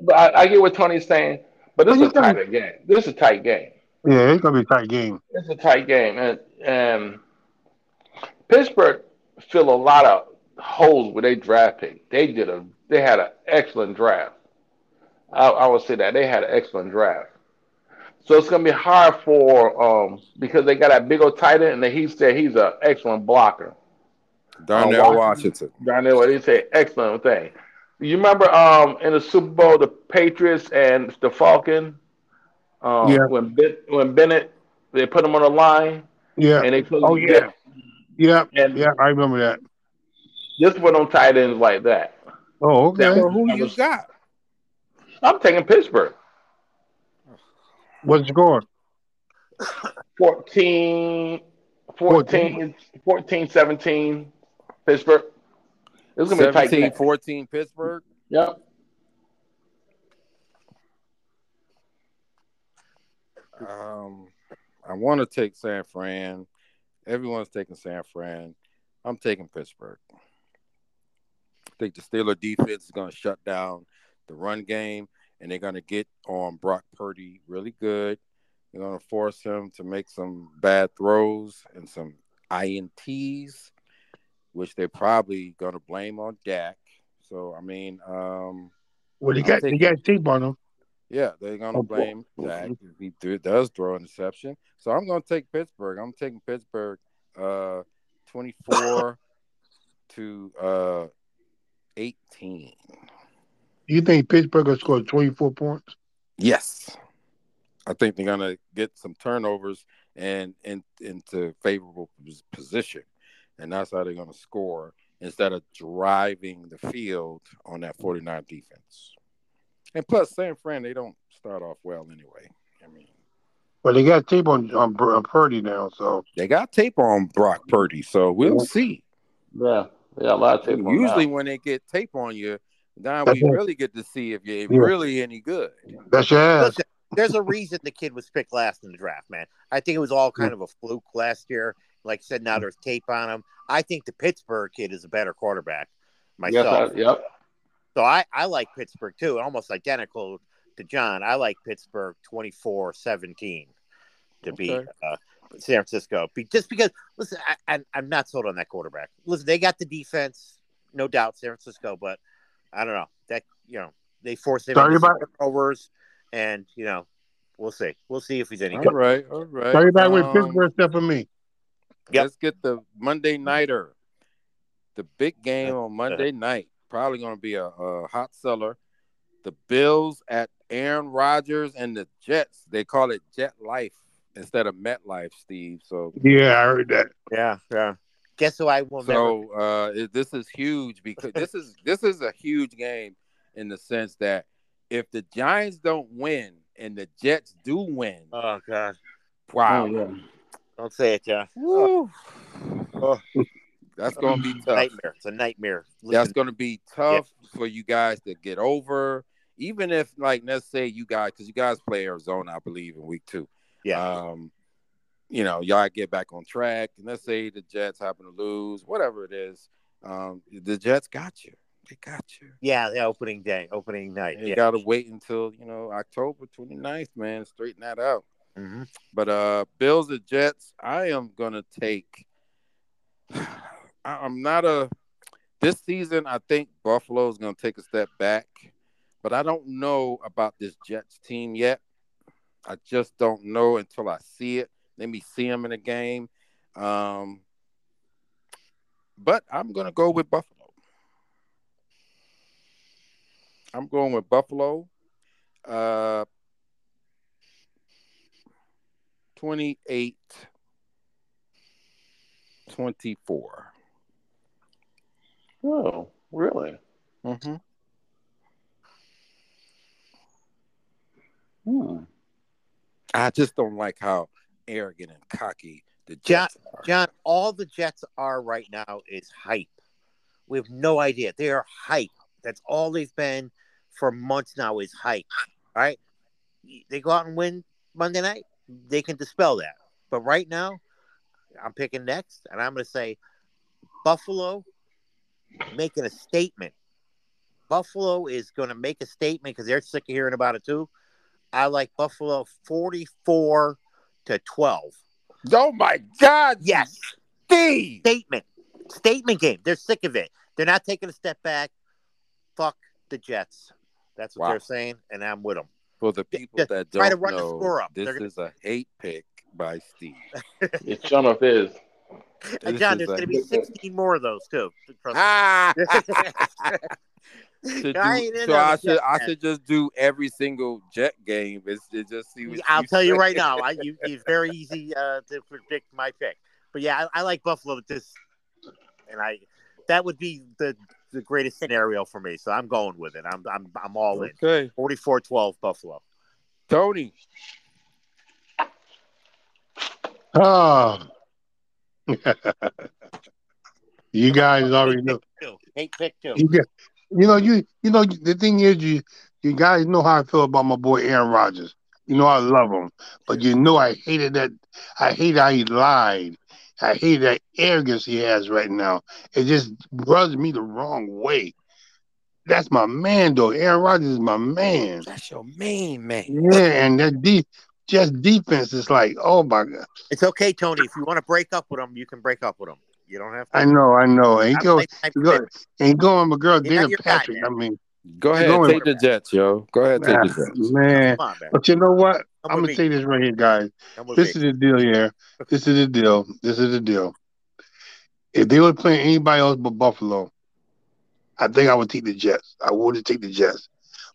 But I, I get what Tony's saying. But this is What a you tight game. This is a tight game. Yeah, it's gonna be a tight game. It's a tight game, and um, Pittsburgh fill a lot of holes with their draft pick. They did a they had an excellent draft. I, I would say that they had an excellent draft. So it's gonna be hard for um because they got that big old tight end, and he said he's an excellent blocker. Darnell Washington. Washington. Darnell, what he said, excellent thing. You remember um in the Super Bowl the Patriots and the Falcon, um, Yeah. when ben, when Bennett they put him on the line Yeah, and they closed Oh, the yeah. gap. yeah, And yeah. I remember that. this is what them tight ends like that. Oh, okay. So who you got? I'm taking Pittsburgh. What's the score? 14, 14, 14 17, Pittsburgh. It's going to be a tight 17 game. 14 Pittsburgh. Yep. Um, I want to take San Fran. Everyone's taking San Fran. I'm taking Pittsburgh. I think the Steeler defense is going to shut down the run game, and they're going to get on Brock Purdy really good. They're going to force him to make some bad throws and some ints, which they're probably going to blame on Dak. So I mean, um, Well, they I'll got take they got tape on them. yeah, they're gonna Oh, boy. blame Dak if he do, does throw an interception. So I'm gonna take Pittsburgh. I'm taking Pittsburgh, uh, twenty four to uh eighteen. You think Pittsburgh will score twenty four points? Yes, I think they're gonna get some turnovers and and into favorable pos- position, and that's how they're gonna score instead of driving the field on that 49 defense. And plus, San Fran they don't start off well anyway. I mean. Well, they got tape on on, Pur- on Purdy now, so They got tape on Brock Purdy, so we'll Yeah. see. Yeah. Yeah, a lot of people. Usually, when they get tape on you, now That's we it. really get to see if you're Yeah. really any good. that's your ass. Listen, there's a reason the kid was picked last in the draft, man. I think it was all kind of a fluke last year. Like I said, now there's tape on him. I think the Pittsburgh kid is a better quarterback Yes, myself. I, yep. so I, I like Pittsburgh too, almost identical to John. I like Pittsburgh 24 17 to beat Okay. uh, San Francisco. Be, just because, listen, I, I, I'm not sold on that quarterback. Listen, they got the defense, no doubt, San Francisco, but I don't know. That, you know, they force him Sorry into some about- turnovers, and, you know, we'll see. We'll see if he's any All good. right, all right. So everybody went Um, Pittsburgh except for me. Yep. Let's get the Monday nighter, the big game on Monday night. Probably going to be a, a hot seller. The Bills at Aaron Rodgers and the Jets. They call it Jet Life instead of Met Life, Steve. So Yeah, I heard that. Yeah, yeah. Guess who I will never. So uh, it- this is huge because this is this is a huge game in the sense that if the Giants don't win and the Jets do win, Oh God! wow, Oh, yeah. Don't say it, John. Woo. Oh. that's gonna be tough. Nightmare. It's a nightmare. That's Listen, gonna be tough for you guys to get over. Even if, like, let's say you guys, because you guys play Arizona, I believe, in week two. yeah. Um, you know, y'all get back on track, and let's say the Jets happen to lose, whatever it is, um, the Jets got you. They got you. yeah, the opening day, opening night. You Yeah. gotta wait until you know October 29th, man. Straighten that out. hmm But uh Bills and Jets, I am gonna take. I- I'm not a this season. I think Buffalo's gonna take a step back, but I don't know about this Jets team yet. I just don't know until I see it. Let me see him in a game. Um, but I'm gonna go with Buffalo. I'm going with Buffalo. Uh, 28 24. Oh, really? Mm-hmm. Hmm. I just don't like how arrogant and cocky the John- Jets are. John, all the Jets are right now is hype. We have no idea. They are hype. That's all they've been for months now is hype. All right. They go out and win Monday night, they can dispel that. But right now, I'm picking next, and I'm going to say Buffalo making a statement. Buffalo is going to make a statement because they're sick of hearing about it too. I like Buffalo 44 to 12. Oh my God! Yes Steve! statement, statement game. They're sick of it. They're not taking a step back. Fuck the Jets. That's what Wow. they're saying, and I'm with them. For the people Just that try to don't run the know, score up. this They're gonna- is a hate pick by Steve. It sure enough is. And This John, is there's a- going to be 16 more of those too. Trust me. Ah! I To do- ain't in so on I the should Jets, I man. should just do every single Jet game. It's it just see what I'll tell you say. right now. I, you, it's very easy uh, to predict my pick, but yeah, I, I like Buffalo with this, and I that would be the the greatest scenario for me. So I'm going with it. I'm I'm I'm all in. Okay, 44-12 Buffalo. Tony. Oh. you guys already know. Two. Hate pick two. You, get- you know, you you know the thing is, you you guys know how I feel about my boy Aaron Rodgers. You know I love him, but you know I hated that. I hate how he lied. I hate that arrogance he has right now. It just rubs me the wrong way. That's my man, though. Aaron Rodgers is my man. That's your main man. Yeah, and that deep, just defense is like, oh my god. It's okay, Tony. If you want to break up with him, you can break up with him. You don't have to. I know, I know. And I'm go, like- I'm- go, and go on, my girl, You're not Dana your guy, Patrick. I mean, Go ahead, Going take the Jets, yo. Go ahead, take ah, the Jets. man. Come on, man. But you know what? Come I'm with gonna me. say this right here, guys. Come with me. This is the deal here. This is the deal. This is the deal. If they were playing anybody else but Buffalo, I think I would take the Jets. I would take the Jets.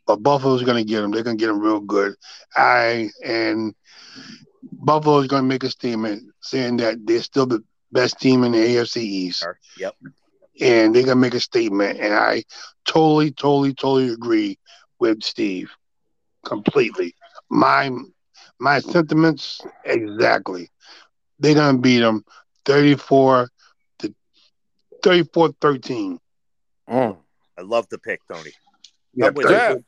But Buffalo's gonna get them. They're gonna get them real good. I and Buffalo's gonna make a statement saying that they're still the best team in the AFC East. Yep. and they're gonna make a statement. And I totally, totally, totally agree with Steve completely. My my sentiments exactly. They're gonna beat them 34 to 34 13. Mm. I love the pick, Tony. Yeah, I'm with you.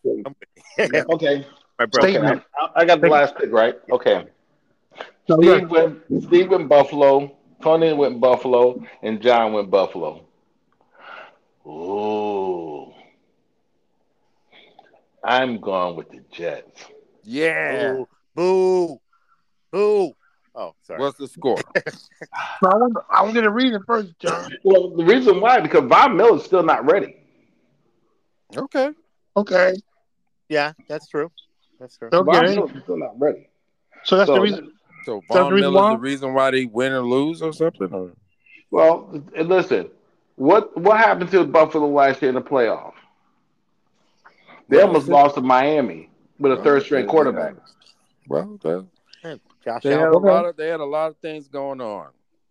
34-13. Okay. My brother. Okay. Statement. I, I got the last pick, right? Okay. So look, Steve went, Steve went Buffalo. Tony went Buffalo, and John went Buffalo. Ooh, I'm going with the Jets. Yeah. Boo. Boo. Boo. Oh, sorry. What's the score? I want I want you to read it first, John. Well, the reason why because Von Miller's still not ready. okay. Okay. yeah, that's true. That's true. Von Okay. Miller's still not ready. So that's the So- reason. So the Von reason Miller's why? the reason why they win or lose or something. Or? Well, and listen, what what happened to Buffalo last year in the playoff? They Well, almost they- lost to Miami with a well, third string they- quarterback. Well, they, Hey, Josh they had Allen. a Okay. lot of they had a lot of things going on.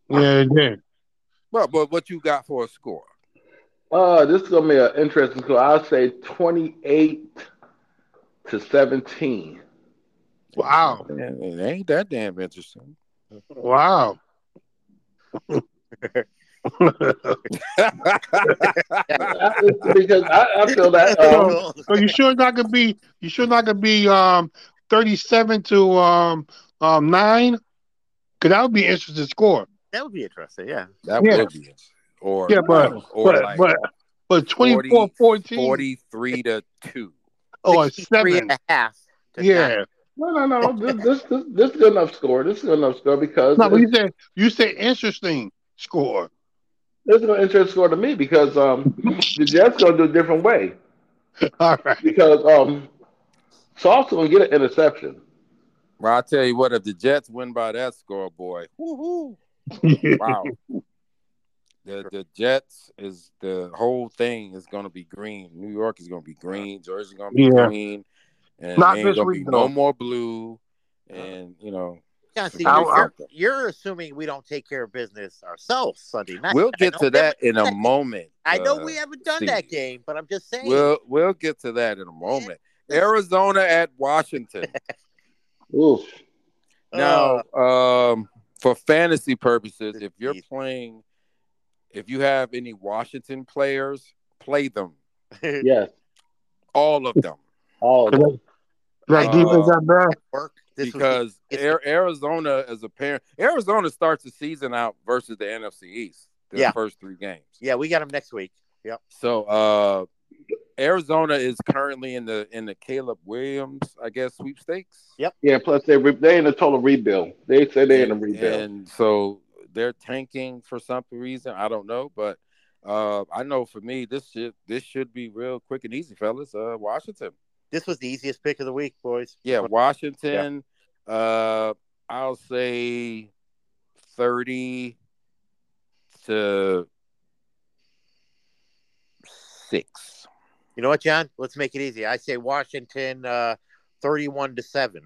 Yeah, it did. Well, but what you got for a score? Uh, this is gonna be an interesting score. I'll say twenty-eight to seventeen. Wow. Oh, It ain't that damn interesting. Wow. I- it's because I, I feel that um, So you sure not gonna be you sure not gonna be um thirty seven to um um nine? Cause that would be an interesting score. that would be interesting. Yeah. that Yeah. would be interesting. Or Yeah, but or but, like but but 24 14 43 to 2. or 63 Oh, seven. and a half. to nine. Yeah. no no no this this this, this is good enough score. This is good enough score because No, but you it's, said you said interesting score. this is an interesting score to me because um the Jets gonna do a different way All right. because um Sauce gonna get an interception. Well, I tell you what, if the Jets win by that score, boy, woohoo! Wow, the the Jets is the whole thing is going to be green. New York is going to be green. Jersey's going to be Yeah. green, and Not ain't this going to week, be though. no more blue. And you know, Yeah, see, I- you're, I- you're- you're assuming we don't take care of business ourselves Sunday night. we'll I get know to we that haven't- in a moment. I know uh, we haven't done see. that game, but I'm just saying. We'll we'll get to that in a moment. Arizona at Washington. Oof. uh, Now, um, for fantasy purposes, if you're Jeez. playing, if you have any Washington players, play them, Yes. all of them, Oh, that, that Uh, defense got bad. work this was because it's- Ar- Arizona is a parent. Arizona starts the season out versus the NFC East. The Yeah. first three games. yeah, we got them next week. Yep. So, uh, Arizona is currently in the in the Caleb Williams, I guess, sweepstakes. yeah. Plus, they re- they in a total rebuild. They say they in a And- rebuild. And so they're tanking for some reason. I don't know, but uh, I know for me, this should this should be real quick and easy, fellas. Uh, Washington, This was the easiest pick of the week, boys. yeah, Washington. Uh, I'll say thirty to six. You know what, John? Let's make it easy. I say Washington uh, 31 to 7.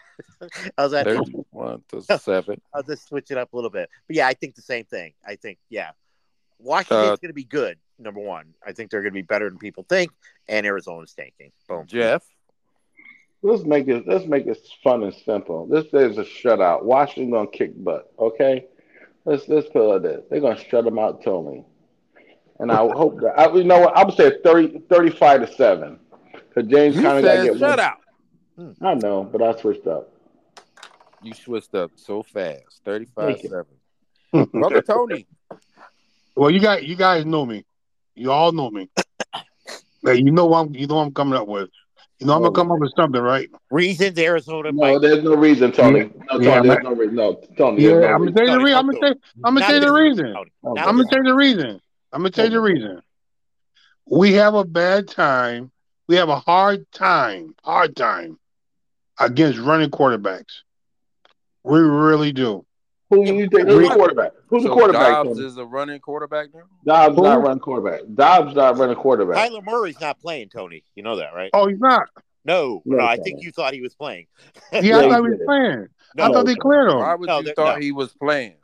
How's that? Thirty-one to seven. I'll just switch it up a little bit. But yeah, I think the same thing. I think, yeah. Washington's Uh, going to be good, number one. I think they're going to be better than people think, and Arizona's tanking. Boom. Jeff, Let's make it. Let's make it fun and simple. This is a shutout. Washington gonna kick butt. Okay. Let's let's put it like this. They're gonna shut them out totally. And I hope that I, you know what I'm say 30, 35 to seven. Cause James you kind of got said get shut out. one. I know, but I switched up. You switched up so fast. Thirty-five Thank you. seven. Brother Tony. Well, you got you guys know me. You all know me. Like, you know what I'm, you know what I'm coming up with. You know I'm gonna come up with something, right? Reasons Arizona No, might. there's no reason, Tony. No, Tony, Yeah, there's no reason. No, Tony, there's Yeah, no I'm gonna reason. tell you the Tony, don't reason. I'm gonna do tell I'm gonna Not tell you the this- reason. No, Now I'm this- gonna tell you the reason. I'm gonna tell you the reason. We have a bad time. We have a hard time, hard time against running quarterbacks. We really do. Who you think? Who's We- the quarterback? Who's the So quarterback? Dobbs Tony? is a running quarterback now. Dobbs Who? not running quarterback. Dobbs not running quarterback. Kyler Murray's not playing, Tony. You know that, right? Oh, he's not. No, No, no, I Tony. think you thought he was playing. Yeah, I Yeah, thought he he was did. playing. No, I thought they cleared Why him. would No, you there- thought no. he was playing?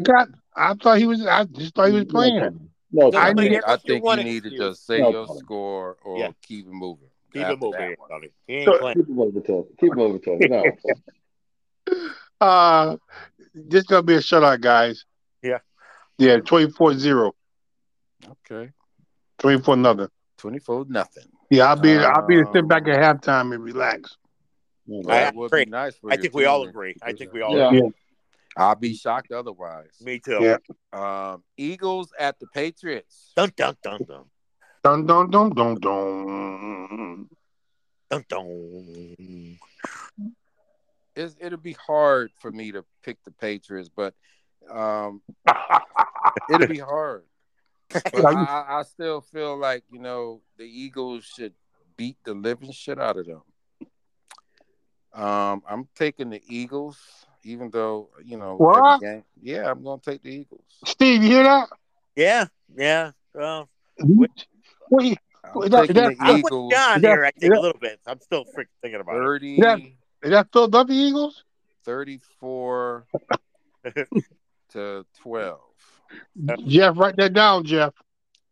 God, I thought he was. I just thought he was playing. No, No, I Tony. but need- think, I there was your think you one needed to excuse. say No your problem. score or Yeah. keep it moving. Keep after it moving, that one. Tony. He ain't So- playing. Keep it moving, Tony. Keep it moving, Tony. No. Uh, this gonna be a shutout, guys. Yeah. Yeah, 24-0, Okay, 24 nothing. twenty-four nothing. Yeah, I'll be I'll be to sit back Um, at halftime and relax. Well, Uh, I that would agree. be nice. For I your think we all team. agree. I think we all Yeah. agree. I'll be shocked otherwise. Me too. Yeah. Um, Eagles at the Patriots. Dun dun dun dun Dun dun dun dun dun. dun dun. It's, it'll be hard for me to pick the Patriots, but um, it'll be hard. But I, I, I still feel like you know the Eagles should beat the living shit out of them. Um, I'm taking the Eagles, even though you know every What? game- Yeah, I'm gonna take the Eagles. Steve, you hear that? Yeah, yeah. Well, Wait, I'm Well, that- taking that- the I'm with Eagles. John Yeah, here. I think yeah. a little bit. I'm still freaking thinking about it. 30, That- is that Philadelphia Eagles? 34 to 12. Jeff, write that down, Jeff.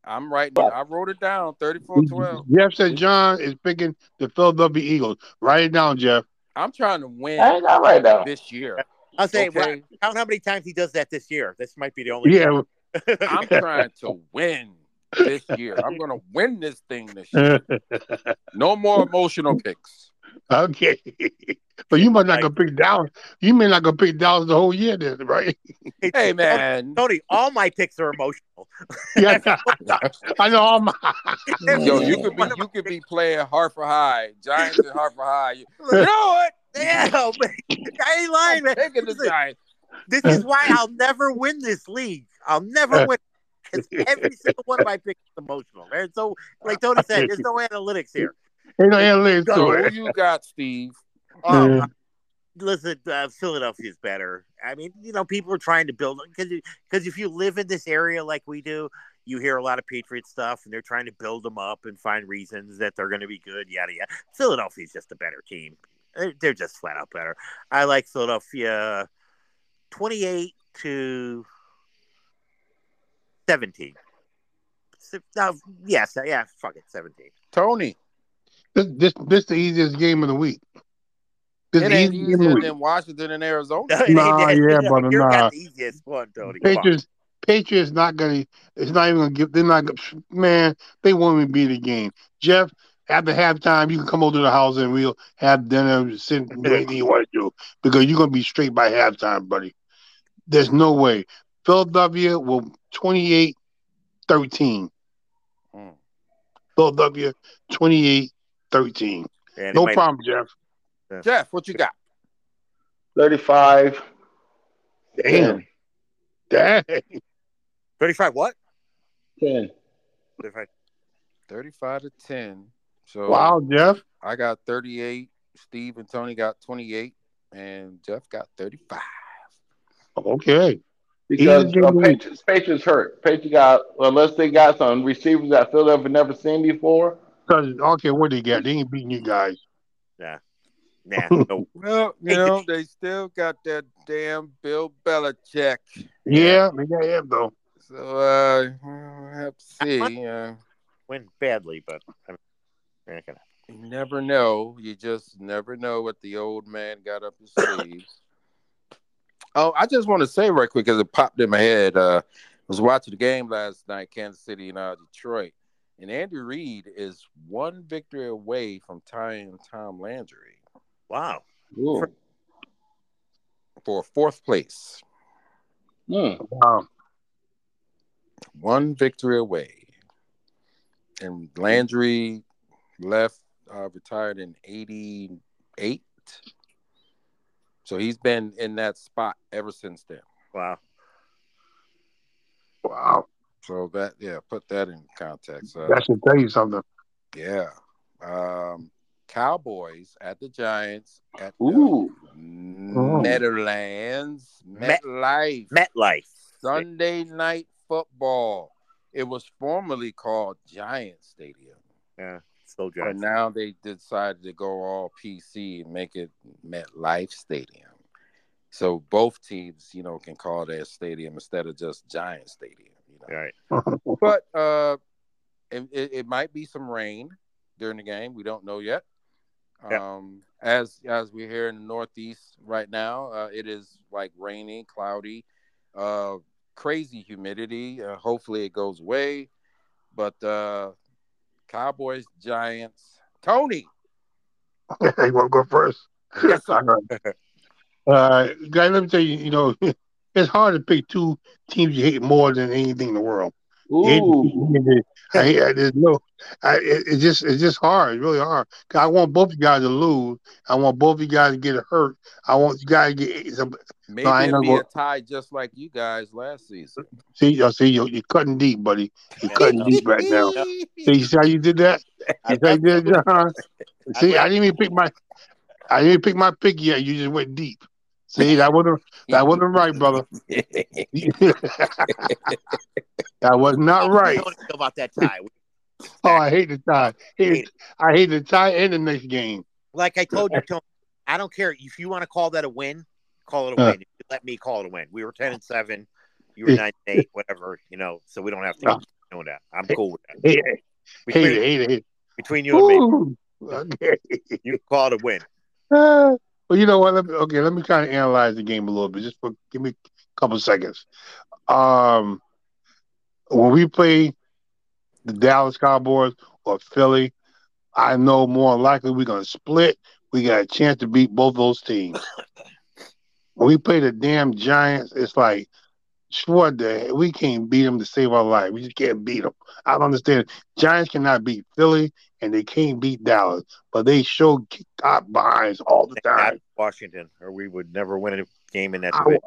I'm writing. I wrote it down. 34 12. Jeff said John is picking the Philadelphia Eagles. Write it down, Jeff. I'm trying to I ain't win not right now. this year. I'll say, well, Okay, count how many times he does that this year. This might be the only. Yeah. I'm trying to win this year. I'm gonna win this thing this year. No more emotional picks. okay. But you must not go pick Dallas. You may not go pick Dallas the whole year then, right? Hey man, Tony, all my picks are emotional. Yeah. I know all my yo, you could be you could be playing Hartford High, Giants and Hartford High. You, you know what? Yeah, oh, man. I ain't lying, man. I'm taking the Giants. This is why I'll never win this league. I'll never win because every single one of my picks is emotional. There's no, like Tony said, there's no analytics here. ain't no analytics So to who it. you got, Steve? Oh, listen, uh, Philadelphia's better. I mean, you know, people are trying to build because because if you live in this area like we do, you hear a lot of Patriot stuff, and they're trying to build them up and find reasons that they're going to be good. Yada yada. Philadelphia's just a better team. They're, they're just flat out better. I like Philadelphia, twenty-eight to seventeen. Si- No, yes, yeah, fuck it, seventeen. Tony, This this this the easiest game of the week. This it the ain't easiest game of the easier week. than Washington and Arizona. Nah, yeah, brother, you nah. got the easiest one, Tony. Come on. Patriots Patriots not gonna it's not even gonna give they're not gonna man, they won't even be in the game. Jeff, after halftime, you can come over to the house and we'll have dinner, sit and do anything you want to do because you're gonna be straight by halftime, buddy. There's no way. Philadelphia will 28 13. Hmm. Mm. Philadelphia 28 13. And it No might- problem, Jeff. Jeff, what you got? 35. Damn. Dang. 35 what? 10. 35. 35 to 10. Oh. So Wow, Jeff. I got 38. Steve and Tony got 28. And Jeff got 35. Okay. Because Easy uh, game. Patriots, Patriots hurt. Patriots got unless they got some receivers that Philadelphia never seen before. Cause okay, what they got? They ain't beating you guys. Nah, no. Well, you know, they still got that damn Bill Belichick. Yeah, they got him though. So uh I have to see. Uh, Went badly, but I mean, we're not gonna- you never know. You just never know what the old man got up his sleeves. Oh, I just want to say right quick because it popped in my head. Uh, I was watching the game last night, Kansas City and uh, Detroit, and Andy Reid is one victory away from tying Tom Landry Wow. Ooh. for fourth place. Hmm. Wow. One victory away, and Landry left uh, retired in '88, so he's been in that spot ever since then. Wow. Wow. So that yeah, put that in context. Uh, That should tell you something. Yeah. Um, Cowboys at the Giants at the Ooh. Netherlands, Met- MetLife, MetLife. Sunday night football. It was formerly called Giant Stadium, Still but Giants. now they decided to go all PC and make it MetLife Stadium. So both teams, you know, can call their stadium instead of just Giant Stadium. You know, All right. but uh, it, it, it might be some rain during the game. We don't know yet. Yeah. Um, as as we're here in the Northeast right now, uh, it is like rainy, cloudy, uh, crazy humidity. Uh, hopefully, it goes away. But uh, Cowboys, Giants, Tony. you want to go first? Yes, All right. Uh, guys, let me tell you, you know, it's hard to pick two teams you hate more than anything in the world. Ooh. I, hate- I, there's no, I, it, it's just it's just hard. It's really hard. 'Cause I want both you guys to lose. I want both you guys to get hurt. I want you guys to get some. Maybe I ain't it'll gonna be a go- tie just like you guys last season. See, I see you. You're cutting deep, buddy. You're cutting deep right now. See, you see how you did that? You see how you did that, John? See, I didn't even pick my, I didn't even pick my pick yet. You just went deep. See, that wasn't that wasn't right, brother. that was not right. Tony, how about that tie. Oh, I hate the tie. Hate- I hate the tie and the next game. Like I told you, Tony, I don't care if you want to call that a win, call it a Uh. win. You Let me call it a win. We were ten and seven. You were nine and eight, whatever. You know, so we don't have to Uh. keep doing that. I'm cool with that. Hate it, hate Between, it, hate it. Hate between it. you and me, Ooh, okay. you call it a win. well, you know what? Let me, okay, let me kind of analyze the game a little bit. Just for, give me a couple seconds. Um, when we play the Dallas Cowboys or Philly, I know more than likely we're going to split. We got a chance to beat both those teams. when we play the damn Giants, it's like, sure, the- we can't beat them to save our life. We just can't beat them. I don't understand. Giants cannot beat Philly, and they can't beat Dallas, but they show kick top behinds all the Thank God time. Washington, or we would never win a game in that I, division.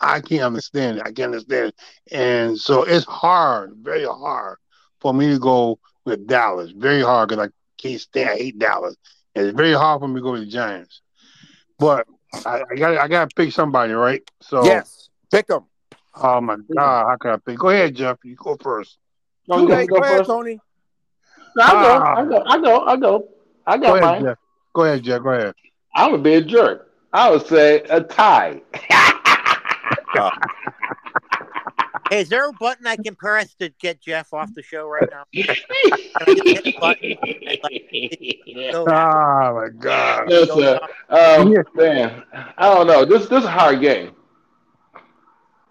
I can't understand it. I can't understand it. And so it's hard, very hard for me to go with Dallas. Very hard because I can't stand, I hate Dallas. And it's very hard for me to go with the Giants. But I got I got to pick somebody, right? So Yes, pick them. Oh my God, how can I pick? Go ahead, Jeff. You go first. You Too want me late. to go Go ahead, first? Tony. No, Ah. I go, I go, I go, I go. I Go got ahead, mine. Jeff. Go ahead, Jeff. Go ahead. I would be a jerk. I would say a tie. Hey, is there a button I can press to get Jeff off the show right now? I just hit the button? So- Oh my God. Yes, sir. Um, Yeah. Man, I don't know. This this is a hard game.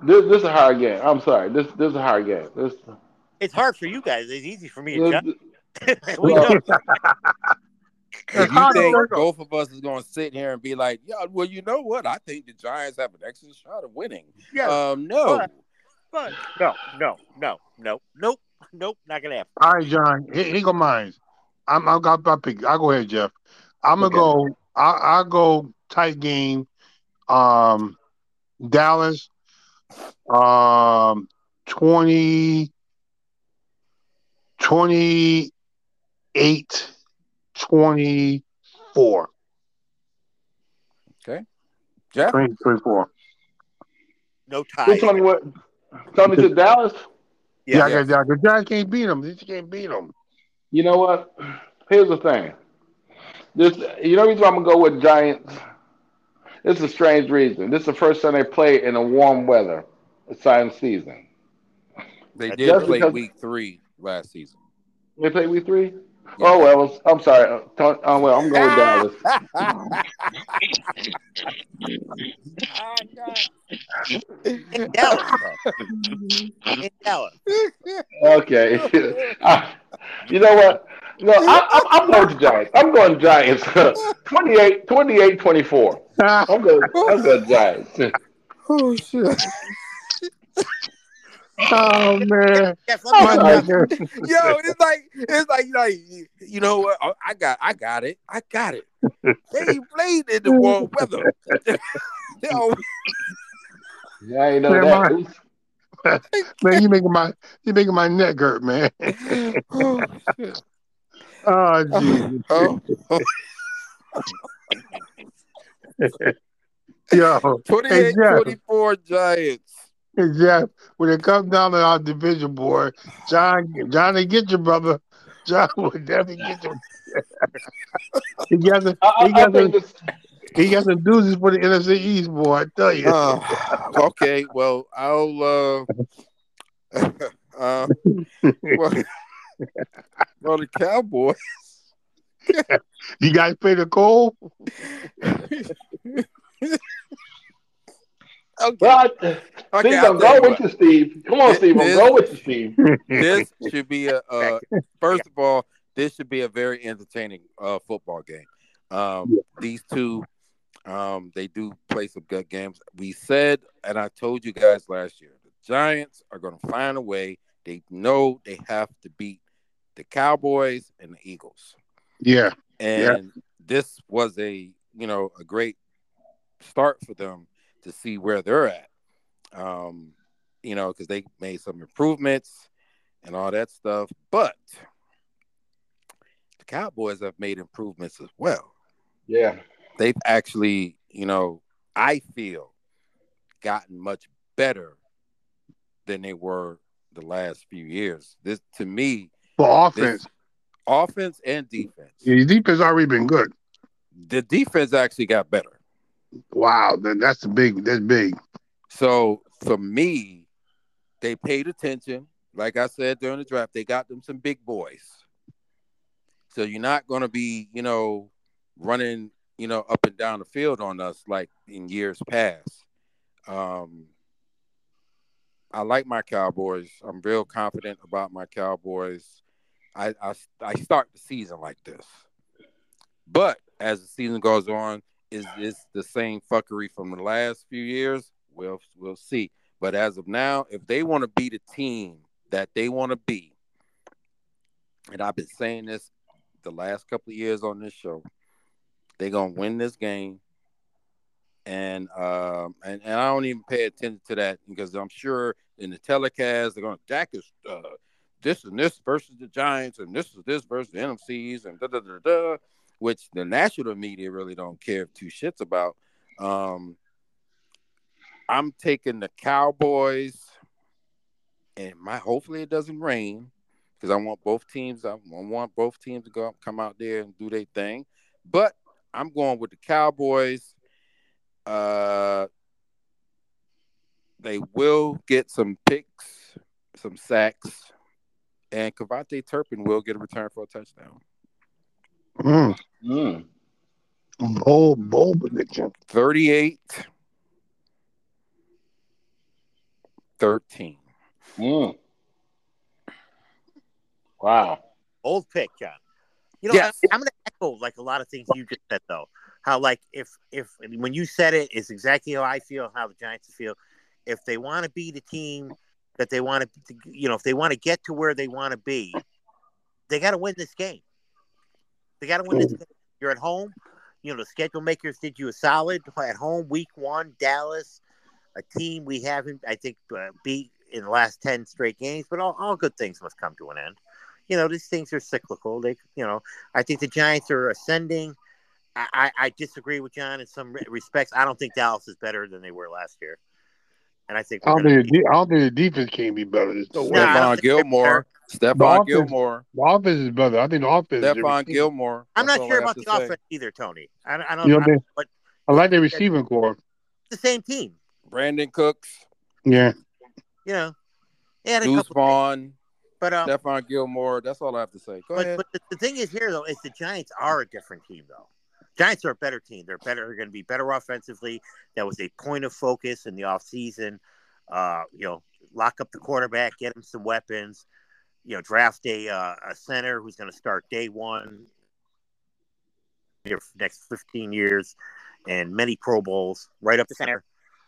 This this is a hard game. I'm sorry. This this is a hard game. This, It's hard for you guys. It's easy for me to this judge. we know. If How you to think work 'em. both of us is going to sit here and be like, yeah, well, you know what? I think the Giants have an excellent shot of winning. Yeah, Um, no. But- but no, no, no, no, nope, nope, not gonna happen. All right, John. Here, here go mine. I'm. I'll, I'll, I'll pick. I'll go ahead, Jeff. I'm gonna Okay. go. I, I'll go tight game. Um, Dallas. Um, 20, 28, 24. Jeff? 20, 24. No this ties. Tony what? Tony to Dallas. Yeah, Yeah. I got Dallas. The Giants can't beat them. They just can't beat them. You know what? Here's the thing. This you know the reason why I'm gonna go with Giants. This is a strange reason. This is the first time they play in a warm weather sign season. They That's did just play because- week three last season. They play week three. Yeah. Oh well, I'm sorry. Uh, Tony, oh well, I'm going with Dallas. In Dallas, though. in Dallas. Okay. I- you know what? No, I, I'm, I'm going to Giants. I'm going Giants. 28, 28, 24. I'm going. I'm going Giants. oh, shit. oh, man. Jeff, let me My help sorry. you. out. goodness. Yo, it's like it's like like you know what? Oh, I got I got it. I got it. They ain't played in the warm weather. they always I ain't know Never that. mind. Man, you making my you making my neck hurt, man. oh, shit. Oh, Jesus. Oh, Yo, 28 Jeff. 24 Giants. Jeff, when it comes down to our division board, John, John, they get you, brother. John will definitely get you. he got the, I, he I, I got think the, this. he got the doozies for the NFC East, boy. I tell you. Uh, okay, well, I'll uh, uh well, well, the Cowboys. you guys play the cold? Okay, Well, I, okay Steve, I'll I'm tell you going with you, Steve. Come on, This- Steve. I'm this- going with you, Steve. this should be a uh, first of all, this should be a very entertaining uh, football game. Um, These two, um, they do play some good games. We said, and I told you guys last year, the Giants are going to find a way. They know they have to beat the Cowboys and the Eagles, yeah. Yeah. and this was a you know a great start for them to see where they're at. Um, you know, because they made some improvements and all that stuff. But the Cowboys have made improvements as well. Yeah. They've actually, you know, I feel gotten much better than they were the last few years. This to me, For this offense, offense and defense. your defense already been good. The defense actually got better. Wow, then that's big. That's big. So for me, they paid attention. Like I said during the draft, they got them some big boys. So you're not going to be, you know, running, you know, up and down the field on us like in years past. Um, I like my Cowboys. I'm real confident about my Cowboys. I, I I start the season like this, but as the season goes on, is this the same fuckery from the last few years? We'll we'll see. But as of now, if they want to be the team that they want to be, and I've been saying this the last couple of years on this show, they're gonna win this game. And um and, and I don't even pay attention to that because I'm sure in the telecast they're gonna Jack is uh, this and this versus the Giants and this is this versus the NFCs and da da da da, which the national media really don't care two shits about. Um, I'm taking the Cowboys, and my hopefully it doesn't rain because I want both teams. I want both teams to go up, come out there and do their thing. But I'm going with the Cowboys. Uh, they will get some picks, some sacks, and Cavante Turpin will get a return for a touchdown. Mm. Mm. Bold, bold prediction. 38 13. Mm. Wow. Old pick, John. You know, Yes. I, am going to echo like a lot of things you just said, though. How like if if I mean, when you said it, it's exactly how I feel, how the Giants feel. If they want to be the team that they want to, you know, if they want to get to where they want to be, they got to win this game. They got to win this. game. You're at home. You know, the schedule makers did you a solid at home. Week one, Dallas, a team we haven't, I think, uh, beat in the last ten straight games. But all, all good things must come to an end. You know, these things are cyclical. They, you know, I think the Giants are ascending. I, I, I disagree with John in some re- respects. I don't think Dallas is better than they were last year, and I think I we're don't, gonna think the de- I don't think the defense can be better. There's no way. Nah, I Stephon don't think they're Gilmore. The Stephon offense- Gilmore. The offense is better. I think the offense. is the Stephon receiver. Gilmore. I'm That's not all sure I have about to the say. offense either, Tony. I, I don't. You know what I- I mean? but I like the receiving core. it's the same team, Brandon Cooks, Yeah. you know. They had a Deuce couple, Vaughn, but um, Stephon Gilmore. That's all I have to say. Go but, ahead. but the, the thing is here though is the Giants are a different team though. Giants are a better team. They're better. They're going to be better offensively. That was a point of focus in the offseason. Uh, you know, lock up the quarterback, get him some weapons. You know, draft a uh, a center who's going to start day one. Here for the next 15 years, and many Pro Bowls right up the center.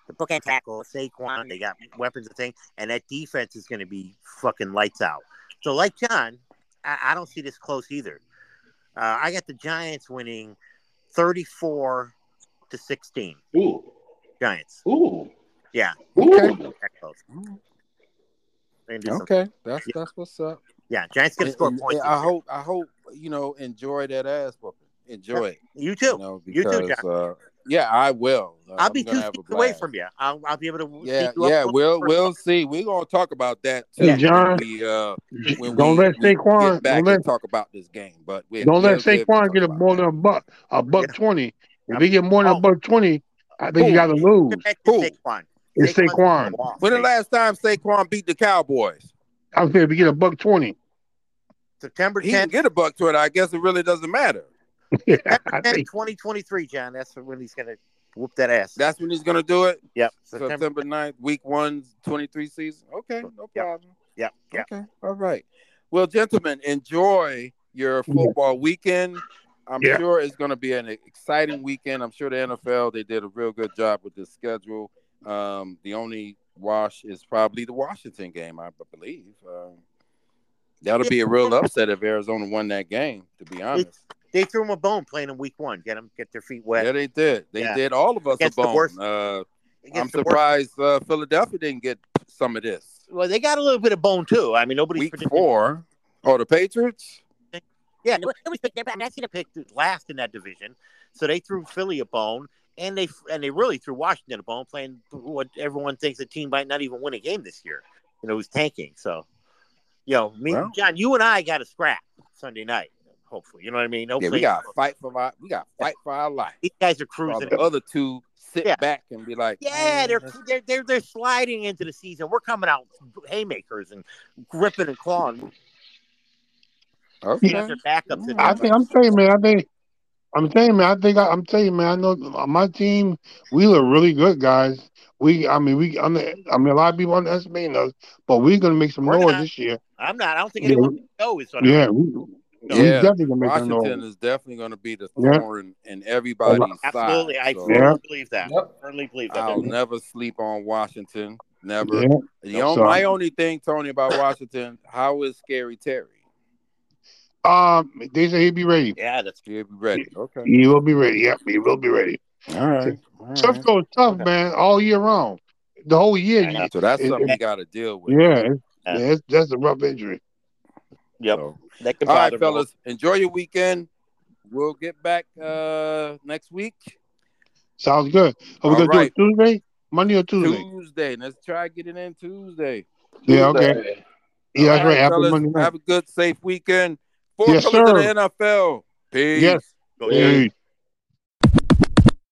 The bookend tackle, Saquon, they got weapons and thing, and that defense is going to be fucking lights out. So, like John, I, I don't see this close either. Uh, I got the Giants winning 34 to 16. Ooh. Giants. Ooh. Yeah. Ooh. Okay. That close. They're gonna do something. Okay, that's that's what's up. Yeah, Giants going to And- score and- points. and this I year. hope I hope you know enjoy that ass whooping. Enjoy it. You You too. know You too, because uh, yeah, I will. Uh, I'll I'm be gonna two have a seats away blast. from you. I'll, I'll be able to Yeah, see you yeah, up close. we'll we'll see. We're gonna talk about that too Yeah. when John, we uh when don't we, let we Saquon. get back Don't let and talk about this game. But we Don't let we'll be able to Saquon talk get a about more that. than a buck, a buck Yeah. twenty. If he get more than Oh. a buck twenty, I think you Who? got to lose. Get back to Who? Saquon. It's Saquon's gonna Saquon. go off. When the Saquon. last time Saquon beat the Cowboys? I'm saying if he get a buck twenty, September He can 10th, get a buck to it. I guess it really doesn't matter. yeah, I September 10th, think 2023, John. That's when he's going to whoop that ass. That's when he's gonna do it. yep. September. September 9th, week one, 23 season. Okay, no Yep. problem. Yep. Yep. Okay, all right. Well, gentlemen, enjoy your football weekend. I'm Yeah. sure it's going to be an exciting weekend. I'm sure the NFL they did a real good job with this schedule. Um, the only wash is probably the Washington game, I believe. Um, that'll be a real upset if Arizona won that game. To be honest, They threw him a bone playing in week one. Get him, get their feet yeah, wet. they did. They Yeah. did all of us a Against the worst- bone. Uh, Against I'm the worst- surprised uh, Philadelphia didn't get some of this. Well, they got a little bit of bone too. I mean, nobody's week predicted- four. Oh, the Patriots. Yeah, nobody- nobody's picked. I mean, I seen a pick last in that division, so they threw Philly a bone, and they and they really threw Washington a bone, playing what everyone thinks a team might not even win a game this year. You know, who's tanking? So, you know, me, Well. John, you and I got a scrap Sunday night. Hopefully, you know what I mean. Yeah, Hopefully, we got to fight for our we got to fight for our life. these guys are While cruising. the other two sit Yeah. back and be like, Yeah, "Mm, they're, that's- they're they're they're sliding into the season. We're coming out haymakers and gripping and clawing. okay." Have their backups in I there. think I'm telling you, man. I think I'm telling you, man. I think I, I'm telling you, man. I know my team. We look really good, guys. We, I mean, we. I'm, I mean, a lot of people underestimating us, but we're gonna make some We're noise not. this year. I'm not. I don't think Yeah, anyone we- knows. what I'm- yeah, we, we Yeah, definitely gonna make some Washington noise. is definitely going to be the Yeah. thorn in everybody's side. Oh, Absolutely, I So firmly Yeah. believe that. Yep. Firmly believe that. I'll never sleep on Washington. Never. Yeah. The on, So- my only thing, Tony, about Washington, how is Scary Terry? Um, they say he'll be ready. yeah, that's He'll be ready. Okay. He will be ready. Yep, he will be ready. All right. All Tough right. goes tough, man, all year round. The whole year. you- So that's it- something it- you got to deal with. yeah, it's- yeah, it's- that's a rough injury. yep. So- That can All bother right, me. fellas. Enjoy your weekend. We'll get back uh next week. Sounds good. Are we All gonna right. do it Tuesday, Monday or Tuesday? Tuesday. Let's try to get it in Tuesday. Yeah, okay. Tuesday. Yeah, that's All right. After fellas, Monday night. Have a good, safe weekend. Four Yes, pillars sir. of the NFL. Peace. Yes. Go Hey.